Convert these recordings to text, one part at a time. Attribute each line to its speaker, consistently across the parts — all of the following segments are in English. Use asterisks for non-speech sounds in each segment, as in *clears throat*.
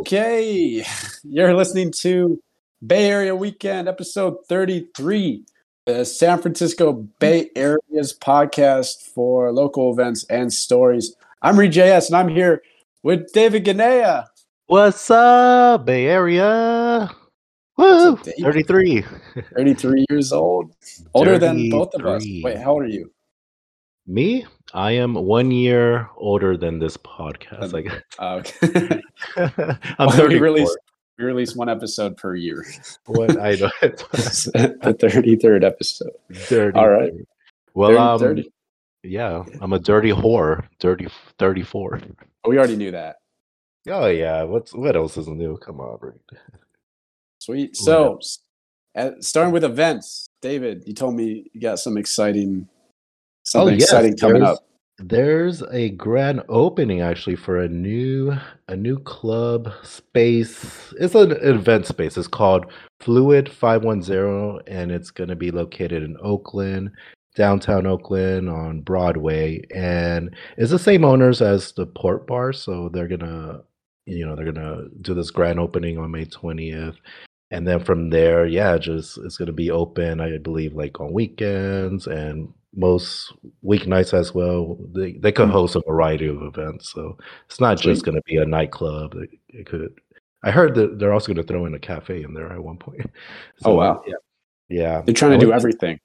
Speaker 1: Okay, you're listening to Bay Area Weekend, episode 33, the San Francisco Bay Area's podcast for local events and stories. I'm Reed JS, and I'm here with David Ganea.
Speaker 2: What's up, Bay Area? Woo!
Speaker 1: What's up, Dave?
Speaker 2: 33.
Speaker 1: 33 years old, older than both of us.
Speaker 2: 33.
Speaker 1: Wait, how old are you?
Speaker 2: Me? I am one year older than this podcast. Like *laughs*
Speaker 1: Uh, *laughs* okay. *laughs*
Speaker 2: I'm
Speaker 1: Well, we
Speaker 2: 34.
Speaker 1: release we release one episode per
Speaker 2: *laughs*
Speaker 1: year. *laughs*
Speaker 2: What I know.
Speaker 1: the 33rd episode.
Speaker 2: 30.
Speaker 1: All right.
Speaker 2: Well,
Speaker 1: 30,
Speaker 2: um,
Speaker 1: 30.
Speaker 2: yeah, I'm a dirty whore. Dirty 34.
Speaker 1: We already knew that.
Speaker 2: Oh yeah. What's what else is new? Come on, Reed.
Speaker 1: Sweet.
Speaker 2: Ooh,
Speaker 1: So, s- uh, starting with events, David, you told me you got some exciting, something
Speaker 2: Oh, yes,
Speaker 1: exciting coming
Speaker 2: there's-
Speaker 1: up.
Speaker 2: There's a grand opening actually for a new a new club space. It's an event space. It's called Fluid 510 and it's going to be located in Oakland, downtown Oakland on Broadway and it's the same owners as the Port Bar, so they're going to you know, they're going to do this grand opening on May 20th. And then from there, yeah, just it's going to be open, I believe, like on weekends and most weeknights as well. They they could
Speaker 1: Mm.
Speaker 2: host a variety of events, so it's not just
Speaker 1: Sweet.
Speaker 2: going to be a nightclub. It, it could. I heard that they're also going to throw in a cafe in there at one point. *laughs*
Speaker 1: Oh, wow.
Speaker 2: Yeah, yeah.
Speaker 1: They're trying
Speaker 2: I
Speaker 1: to do
Speaker 2: went-
Speaker 1: everything,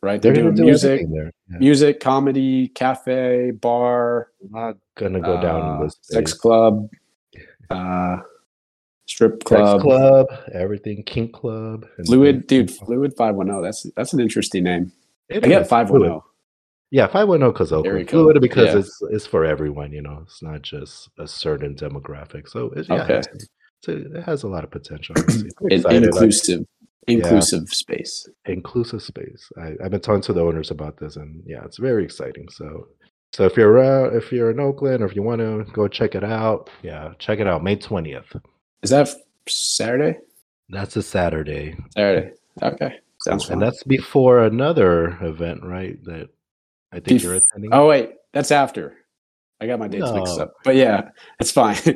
Speaker 1: right? They're,
Speaker 2: gonna
Speaker 1: doing
Speaker 2: do
Speaker 1: music,
Speaker 2: everything there. Yeah.
Speaker 1: music, comedy, cafe, bar,
Speaker 2: I'm not gonna go down in
Speaker 1: uh,
Speaker 2: this
Speaker 1: sex
Speaker 2: space. *laughs*
Speaker 1: club, uh, strip
Speaker 2: Sex
Speaker 1: club,
Speaker 2: club, everything, kink club, and
Speaker 1: fluid, dude, fluid five one zero. That's that's an interesting name.
Speaker 2: It
Speaker 1: I
Speaker 2: is
Speaker 1: get five one oh
Speaker 2: fluid.
Speaker 1: zero.
Speaker 2: Yeah, five one zero because
Speaker 1: There we
Speaker 2: Oakland
Speaker 1: go.
Speaker 2: fluid because
Speaker 1: Yeah.
Speaker 2: it's it's for everyone. You know, it's not just a certain demographic. So it, yeah,
Speaker 1: Okay.
Speaker 2: it's, it's- it has a lot of potential. honestly.
Speaker 1: *clears throat*
Speaker 2: I'm
Speaker 1: An
Speaker 2: excited. I-
Speaker 1: inclusive, inclusive space.
Speaker 2: inclusive space. I, I've been talking to the owners about this, and yeah, it's very exciting. So, so if you're around, if you're in Oakland, or if you want to go check it out, yeah, check it out. May twentieth.
Speaker 1: Is that Saturday?
Speaker 2: That's a Saturday,
Speaker 1: Saturday. Okay, sounds fun.
Speaker 2: and that's before another event, right? That I think you're
Speaker 1: Bef-
Speaker 2: attending.
Speaker 1: Oh wait, that's after. I got my dates mixed
Speaker 2: No.
Speaker 1: up. But yeah, it's fine. *laughs*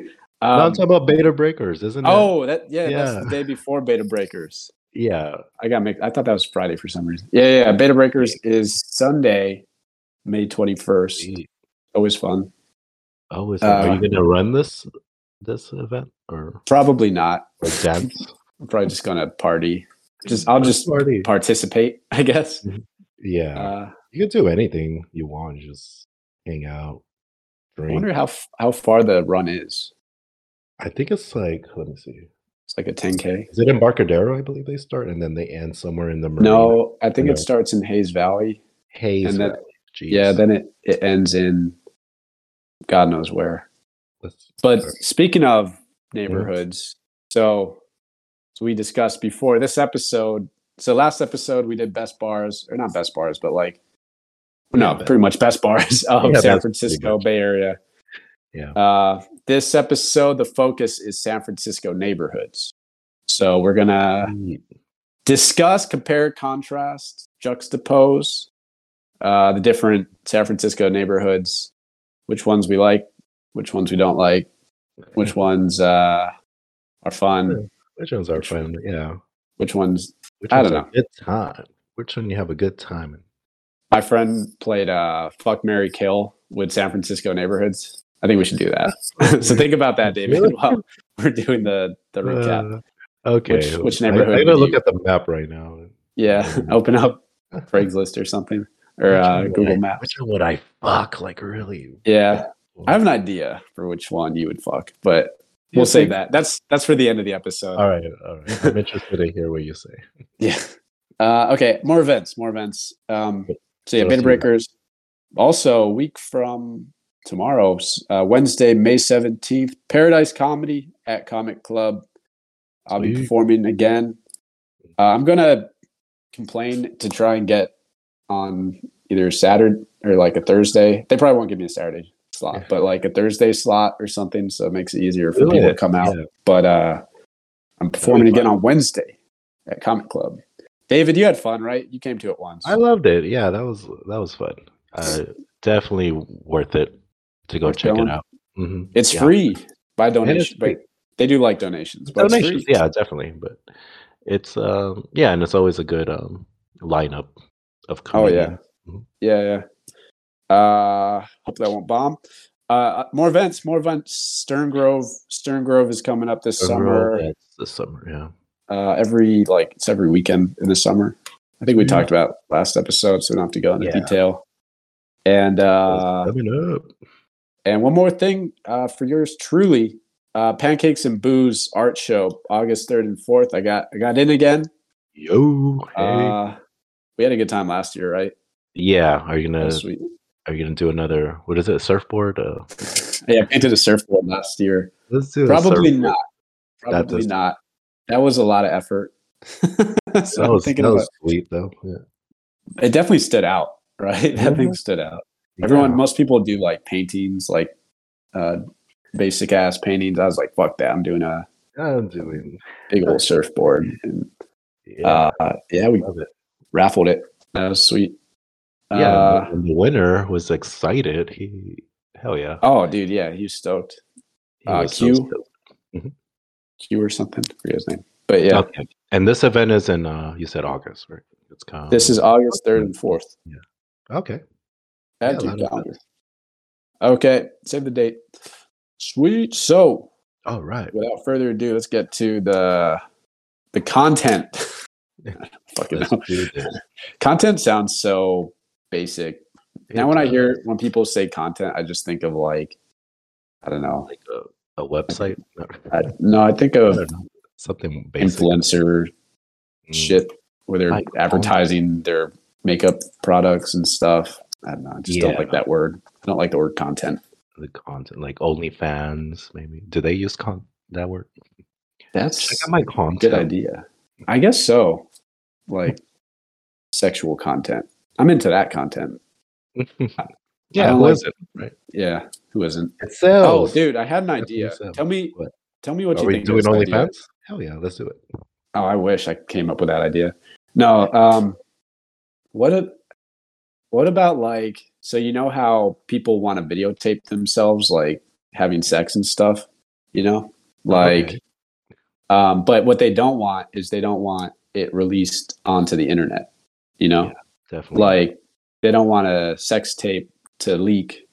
Speaker 2: no, I'm
Speaker 1: Um,
Speaker 2: talking about Beta Breakers, isn't it?
Speaker 1: oh, that yeah, that's the
Speaker 2: Yeah.
Speaker 1: day before Beta Breakers.
Speaker 2: yeah,
Speaker 1: I got mixed. I thought that was Friday for some reason. Yeah, yeah. yeah. Beta Breakers is Sunday, May twenty first. Always fun.
Speaker 2: Oh, is it- are
Speaker 1: Uh,
Speaker 2: you going to run this this event or,
Speaker 1: Probably not. *laughs*
Speaker 2: or dance?
Speaker 1: I'm probably just gonna party. Just I'll just
Speaker 2: party.
Speaker 1: participate. I guess.
Speaker 2: Yeah,
Speaker 1: Uh,
Speaker 2: you can do anything you want. Just hang out,
Speaker 1: I
Speaker 2: drink.
Speaker 1: wonder how f- how far the run is.
Speaker 2: I think it's like, let me see.
Speaker 1: It's like a ten k.
Speaker 2: Is it Embarcadero? I believe they start and then they end somewhere in the Marina.
Speaker 1: No, I think
Speaker 2: No.
Speaker 1: it starts in Hayes Valley.
Speaker 2: Hayes.
Speaker 1: and then-
Speaker 2: Valley. Jeez.
Speaker 1: Yeah, then it, it ends in God knows where.
Speaker 2: That's-
Speaker 1: But
Speaker 2: Sure. Mhm.
Speaker 1: speaking of neighborhoods, so so we discussed before this episode. So last episode we did best bars, or not best bars, but like no,
Speaker 2: Yeah, but-
Speaker 1: pretty much best bars *laughs* of
Speaker 2: Yeah,
Speaker 1: San
Speaker 2: that's pretty
Speaker 1: Francisco
Speaker 2: much.
Speaker 1: Bay Area.
Speaker 2: Yeah.
Speaker 1: Uh, this episode, the focus is San Francisco neighborhoods. So we're gonna
Speaker 2: Mm,
Speaker 1: discuss, compare, contrast, juxtapose uh, the different San Francisco neighborhoods, which ones we like, which ones we don't like which ones uh, are fun,
Speaker 2: which ones are
Speaker 1: which-
Speaker 2: fun? Yeah.
Speaker 1: which ones.
Speaker 2: Which
Speaker 1: I
Speaker 2: ones
Speaker 1: don't
Speaker 2: are
Speaker 1: know.
Speaker 2: Good time. Which one you have a good time in?
Speaker 1: My friend played uh, "Fuck Mary Kill" with San Francisco neighborhoods. I think we should do that. *laughs* so think about that, David,
Speaker 2: Really?
Speaker 1: while we're doing the the recap.
Speaker 2: Uh, okay.
Speaker 1: which
Speaker 2: I-
Speaker 1: neighborhood
Speaker 2: I'm going to
Speaker 1: would
Speaker 2: look
Speaker 1: you-
Speaker 2: at the map right now.
Speaker 1: yeah, *laughs* open up Craigslist or something or
Speaker 2: Which
Speaker 1: uh,
Speaker 2: one would
Speaker 1: Google
Speaker 2: I-
Speaker 1: Maps.
Speaker 2: Which one would I fuck? Like, really?
Speaker 1: Yeah, I
Speaker 2: I've
Speaker 1: have an idea for which one you would fuck, but
Speaker 2: You
Speaker 1: we'll save
Speaker 2: think-
Speaker 1: that. That's that's for the end of the episode.
Speaker 2: All right, all right. I'm interested to hear what
Speaker 1: *laughs*
Speaker 2: you say.
Speaker 1: Yeah. Uh, okay. More events. More events. Um, so yeah,
Speaker 2: What
Speaker 1: beta
Speaker 2: else do we got?
Speaker 1: breakers. Also, a week from tomorrow, s- uh, Wednesday, May seventeenth, Paradise Comedy at Comic Club. I'll be
Speaker 2: Sweet.
Speaker 1: performing again. Uh, I'm gonna complain to try and get on either Saturday or like a Thursday. They probably won't give me a Saturday slot, but like a Thursday slot or something, so it makes it easier for
Speaker 2: Do
Speaker 1: people to
Speaker 2: it.
Speaker 1: come out
Speaker 2: Yeah.
Speaker 1: but uh, I'm performing again
Speaker 2: fun.
Speaker 1: on Wednesday at Comic Club. David, you had fun, right? You came to it once.
Speaker 2: I loved it. Yeah, that was that was fun. Uh, definitely worth it to go
Speaker 1: Worth
Speaker 2: check
Speaker 1: going.
Speaker 2: it out. Mhm.
Speaker 1: it's
Speaker 2: yeah.
Speaker 1: free by
Speaker 2: And it's
Speaker 1: donation.
Speaker 2: free.
Speaker 1: Wait, They do like donations, but
Speaker 2: Donations,
Speaker 1: it's free.
Speaker 2: yeah, definitely. But it's um, yeah, and it's always a good um lineup of
Speaker 1: Oh, yeah.
Speaker 2: comedians.
Speaker 1: Yeah, yeah. Uh, hope that won't bomb. Uh, more events, more events. Stern Grove, Stern Grove is coming up this summer.
Speaker 2: That's the summer, yeah.
Speaker 1: Uh, every like it's every weekend in the summer. I think we
Speaker 2: Yeah.
Speaker 1: talked about last episode, so we don't have to go into
Speaker 2: Mm-hmm. Yeah.
Speaker 1: detail. And uh,
Speaker 2: coming up.
Speaker 1: And one more thing uh, for yours truly, uh, Pancakes and Booze art show, August third and fourth. I got I got in again.
Speaker 2: Yo, hey.
Speaker 1: Uh, we had a good time last year, right?
Speaker 2: yeah. Are you
Speaker 1: That
Speaker 2: gonna
Speaker 1: was sweet.
Speaker 2: are you gonna do another what is it, surfboard? Uh
Speaker 1: Yeah, I painted a surfboard last year.
Speaker 2: let's do a
Speaker 1: Probably
Speaker 2: surfboard.
Speaker 1: not.
Speaker 2: That
Speaker 1: Probably
Speaker 2: does-
Speaker 1: not. That was a lot of effort. *laughs* so
Speaker 2: That
Speaker 1: I'm
Speaker 2: was,
Speaker 1: thinking
Speaker 2: that
Speaker 1: about,
Speaker 2: was sweet though. Yeah.
Speaker 1: it definitely stood out, right? *laughs* That thing
Speaker 2: Mhm.
Speaker 1: stood out. Everyone,
Speaker 2: Yeah.
Speaker 1: most people do like paintings, like uh, basic ass paintings. I was like, fuck that. I'm doing a
Speaker 2: I'm doing
Speaker 1: big old surfboard. And,
Speaker 2: yeah,
Speaker 1: uh, yeah, we
Speaker 2: love it.
Speaker 1: raffled it. That was sweet.
Speaker 2: Yeah,
Speaker 1: Uh,
Speaker 2: and the winner was excited. He hell yeah.
Speaker 1: oh, dude, yeah, he was stoked.
Speaker 2: He
Speaker 1: uh,
Speaker 2: was so
Speaker 1: Q?
Speaker 2: stoked.
Speaker 1: Q or something. I forget his name. But yeah,
Speaker 2: Okay. And this event is in uh you said August, right? It's kind of
Speaker 1: this is August 3rd and 4th.
Speaker 2: okay.
Speaker 1: Add
Speaker 2: Yeah,
Speaker 1: to your
Speaker 2: that'll-
Speaker 1: calendar. Okay, save the date. Sweet. So,
Speaker 2: All right.
Speaker 1: without further ado, let's get to the the content. *laughs*
Speaker 2: *laughs*
Speaker 1: Fucking *laughs*
Speaker 2: Let's
Speaker 1: hell.
Speaker 2: do this.
Speaker 1: content sounds so basic. now,
Speaker 2: It
Speaker 1: when I
Speaker 2: does,
Speaker 1: hear when people say content, I just think of like, I don't know.
Speaker 2: like a, a website, No, *laughs*
Speaker 1: I, no, I think
Speaker 2: I
Speaker 1: of
Speaker 2: don't know, something basic.
Speaker 1: influencer
Speaker 2: Mm.
Speaker 1: shit where they're
Speaker 2: Like,
Speaker 1: advertising their makeup products and stuff. I don't know. I just don't
Speaker 2: Yeah.
Speaker 1: like that word. I don't like the word content.
Speaker 2: the content, like OnlyFans, maybe. Do they use con that word?
Speaker 1: That's
Speaker 2: Check out my
Speaker 1: a
Speaker 2: content.
Speaker 1: good idea. I guess so. Like sexual content. I'm into that content.
Speaker 2: *laughs* yeah,
Speaker 1: don't
Speaker 2: who
Speaker 1: like-
Speaker 2: is it?
Speaker 1: Yeah. Who isn't?
Speaker 2: It sells.
Speaker 1: Oh, dude, I had an
Speaker 2: That's
Speaker 1: idea.
Speaker 2: awesome.
Speaker 1: Tell me
Speaker 2: What?
Speaker 1: tell me what
Speaker 2: Are
Speaker 1: you
Speaker 2: we
Speaker 1: think. of
Speaker 2: doing
Speaker 1: this idea.
Speaker 2: OnlyFans? Hell yeah, let's do it.
Speaker 1: Oh, I wish I came up with that idea. No, um what a what about like so you know how people want to videotape themselves like having sex and stuff, you know? Like
Speaker 2: Oh, Okay.
Speaker 1: um but what they don't want is they don't want it released onto the internet, you know?
Speaker 2: Yeah. Definitely.
Speaker 1: Like they don't want a sex tape to leak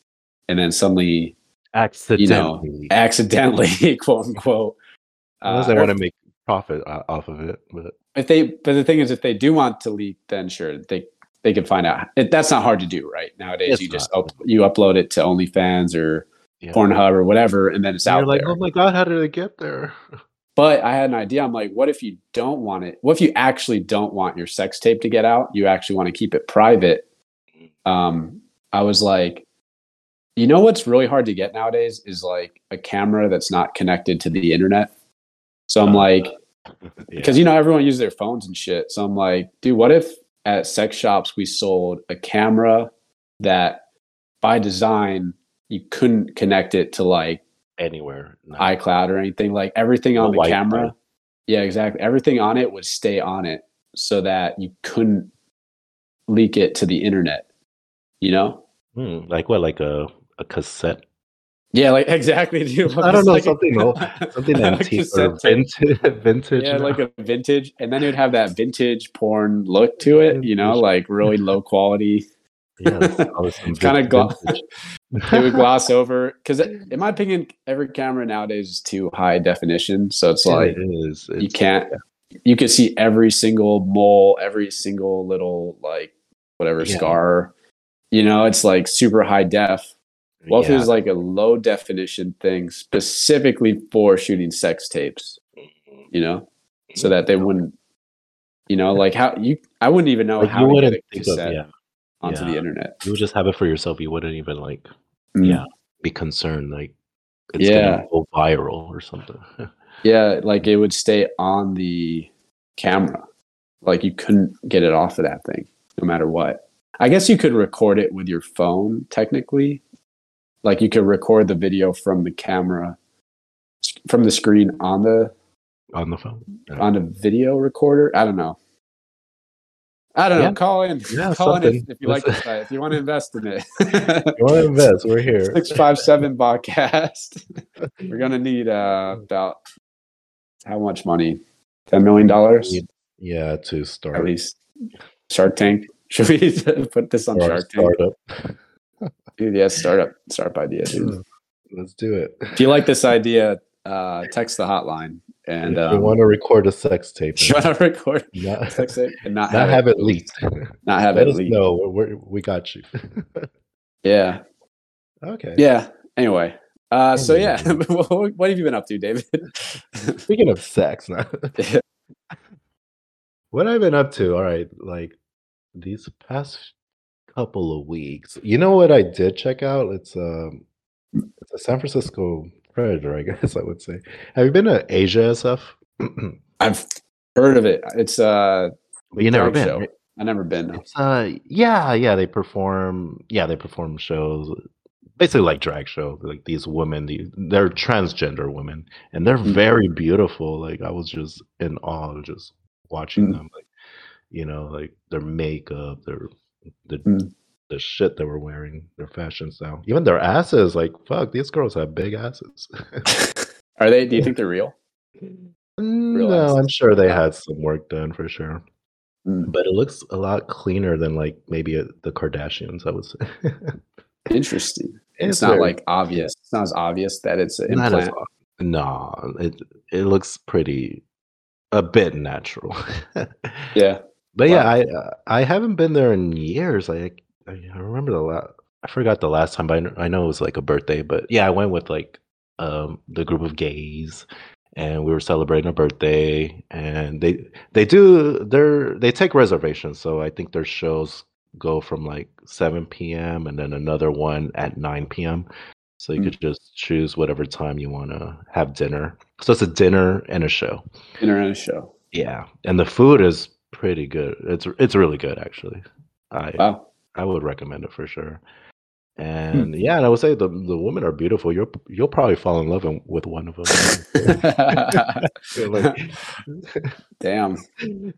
Speaker 1: and then suddenly *laughs*
Speaker 2: accidentally.
Speaker 1: accidentally *laughs* quote unquote
Speaker 2: Unless
Speaker 1: uh,
Speaker 2: they
Speaker 1: or-
Speaker 2: want to make profit o- off of it. But
Speaker 1: if they but the thing is if they do want to leak then sure they they can find out it, that's not hard to do right nowadays
Speaker 2: It's
Speaker 1: you just
Speaker 2: not.
Speaker 1: up, you upload it to onlyfans or
Speaker 2: yeah.
Speaker 1: pornhub or whatever and then it's
Speaker 2: And
Speaker 1: out
Speaker 2: you're like,
Speaker 1: there
Speaker 2: oh my god, how did it get there? *laughs*
Speaker 1: but i had an idea i'm like what if you don't want it what if you actually don't want your sex tape to get out you actually want to keep it private
Speaker 2: Mm.
Speaker 1: um i was like you know what's really hard to get nowadays is like a camera that's not connected to the internet so i'm
Speaker 2: Uh,
Speaker 1: like
Speaker 2: *laughs* Yeah.
Speaker 1: because you know everyone uses their phones and shit. So I'm like, dude, what if at sex shops we sold a camera that by design you couldn't connect it to like
Speaker 2: Anywhere. No.
Speaker 1: iCloud or anything? Like everything
Speaker 2: The
Speaker 1: on the
Speaker 2: white
Speaker 1: camera.
Speaker 2: part.
Speaker 1: Yeah, exactly. Everything on it would stay on it so that you couldn't leak it to the internet. You know?
Speaker 2: Hmm, like what? Like a, a cassette
Speaker 1: Yeah, like *laughs* exactly. Dude,
Speaker 2: I don't know,
Speaker 1: Like-
Speaker 2: something
Speaker 1: *laughs*
Speaker 2: old- *laughs* something
Speaker 1: A
Speaker 2: antique or
Speaker 1: cassette tape.
Speaker 2: vintage, *laughs* vintage
Speaker 1: yeah,
Speaker 2: you know?
Speaker 1: like a vintage, and then it would have that vintage porn look to it, you know,
Speaker 2: Vintage.
Speaker 1: like really low
Speaker 2: *laughs*
Speaker 1: quality. *laughs*
Speaker 2: yeah, that's always some
Speaker 1: Kinda
Speaker 2: vin- *laughs*
Speaker 1: glo-
Speaker 2: vintage.
Speaker 1: It
Speaker 2: *laughs*
Speaker 1: would gloss over because, in my opinion, every camera nowadays is too high definition, so it's like
Speaker 2: it is.
Speaker 1: you
Speaker 2: It's,
Speaker 1: can't. You can see every single mole, every single little like whatever
Speaker 2: Yeah.
Speaker 1: scar. You know, it's like super high def. Well, if it
Speaker 2: yeah,
Speaker 1: was like a low definition thing specifically for shooting sex tapes,
Speaker 2: Mm-hmm.
Speaker 1: you know, so that they wouldn't, you know, like how you, I wouldn't even know
Speaker 2: like,
Speaker 1: how
Speaker 2: you
Speaker 1: to
Speaker 2: wouldn't
Speaker 1: get a
Speaker 2: think of
Speaker 1: cassette
Speaker 2: yeah.
Speaker 1: onto
Speaker 2: yeah.
Speaker 1: the internet.
Speaker 2: You would just have it for yourself. You wouldn't even like
Speaker 1: Mm.
Speaker 2: yeah be concerned like it's
Speaker 1: Yeah.
Speaker 2: gonna go viral or something. *laughs*
Speaker 1: Yeah. Like it would stay on the camera. Like you couldn't get it off of that thing no matter what. I guess you could record it with your phone technically. Like you could record the video from the camera, from the screen on the
Speaker 2: on the phone.
Speaker 1: on a video recorder. I don't know. I don't know.
Speaker 2: Yeah.
Speaker 1: Call in.
Speaker 2: Yeah,
Speaker 1: call in if,
Speaker 2: something.
Speaker 1: if you like this
Speaker 2: Let's-
Speaker 1: guy, if you want to invest in it. *laughs*
Speaker 2: You want to invest? We're here.
Speaker 1: 657 podcast. *laughs* We're going to need uh, about how much money? $10 million
Speaker 2: Yeah, to start.
Speaker 1: at least. Shark Tank. *laughs* Should we put this on
Speaker 2: start a
Speaker 1: Shark Tank? *clears throat*
Speaker 2: startup.
Speaker 1: Dude, yeah, startup, startup idea. Dude.
Speaker 2: Let's do it.
Speaker 1: If you like this idea, uh, text the hotline and
Speaker 2: If
Speaker 1: um, *laughs*
Speaker 2: you want to record a sex tape, and
Speaker 1: try to record, *laughs*
Speaker 2: not,
Speaker 1: text it, and not,
Speaker 2: *laughs*
Speaker 1: have,
Speaker 2: not have
Speaker 1: it,
Speaker 2: it leaked.
Speaker 1: not have
Speaker 2: Let
Speaker 1: it
Speaker 2: us
Speaker 1: leak.
Speaker 2: know. We're, we're, we got you. *laughs*
Speaker 1: Yeah,
Speaker 2: okay.
Speaker 1: yeah. Anyway, uh, so
Speaker 2: Anyway.
Speaker 1: yeah, *laughs* what what have you been up to, David?
Speaker 2: Speaking of
Speaker 1: *laughs*
Speaker 2: sex, *laughs* now,
Speaker 1: Yeah.
Speaker 2: what I've been up to, all right, like these past couple of weeks, you know what I did check out? It's um, it's a San Francisco Predator, I *laughs* guess I would say. Have you been to Asia SF? *clears throat* but
Speaker 1: I've heard of it. It's uh,
Speaker 2: you never
Speaker 1: Drag
Speaker 2: been.
Speaker 1: show.
Speaker 2: right?
Speaker 1: I've never been. no.
Speaker 2: It's uh, yeah, yeah. They perform, yeah, they perform shows, basically like drag show. Like these women, these, they're transgender women, and they're
Speaker 1: Mhm.
Speaker 2: very beautiful. Like I was just in awe, just watching
Speaker 1: Mhm.
Speaker 2: them. Like you know, like their makeup, their the
Speaker 1: Mm.
Speaker 2: the shit they were wearing, their fashion style, even their asses. Like fuck, these girls have big asses.
Speaker 1: Are they? Do you think they're real?
Speaker 2: no, I'm
Speaker 1: asses.
Speaker 2: sure they had some work done for sure.
Speaker 1: Uh, Mm.
Speaker 2: But it looks a lot cleaner than like maybe uh the Kardashians, I would say. *laughs*
Speaker 1: Interesting. It's, not
Speaker 2: very-
Speaker 1: like obvious. It's not as obvious that it's an
Speaker 2: not as
Speaker 1: implant.
Speaker 2: ob- no, it it looks pretty a bit natural. *laughs* but
Speaker 1: Yeah.
Speaker 2: yeah, I uh, I haven't been there in years. Like I, I remember the last I forgot the last time, but I, kn- I know it was like a birthday. But yeah, I went with like um the group of gays. And we were celebrating a birthday, and they they do they're they take reservations, so I think their shows go from like 7 p.m. and then another one at 9 p.m. So you
Speaker 1: Mm.
Speaker 2: could just choose whatever time you want to have dinner. So it's a dinner and a show.
Speaker 1: Internet show.
Speaker 2: Yeah, and the food is pretty good. It's it's really good actually. I *laughs*
Speaker 1: Wow. *laughs*
Speaker 2: I would recommend it for sure.
Speaker 1: Hmm.
Speaker 2: And yeah, and I would say the the women are beautiful. You'll you'll probably fall in love in- with one
Speaker 1: *laughs*
Speaker 2: of them. *laughs*
Speaker 1: Damn.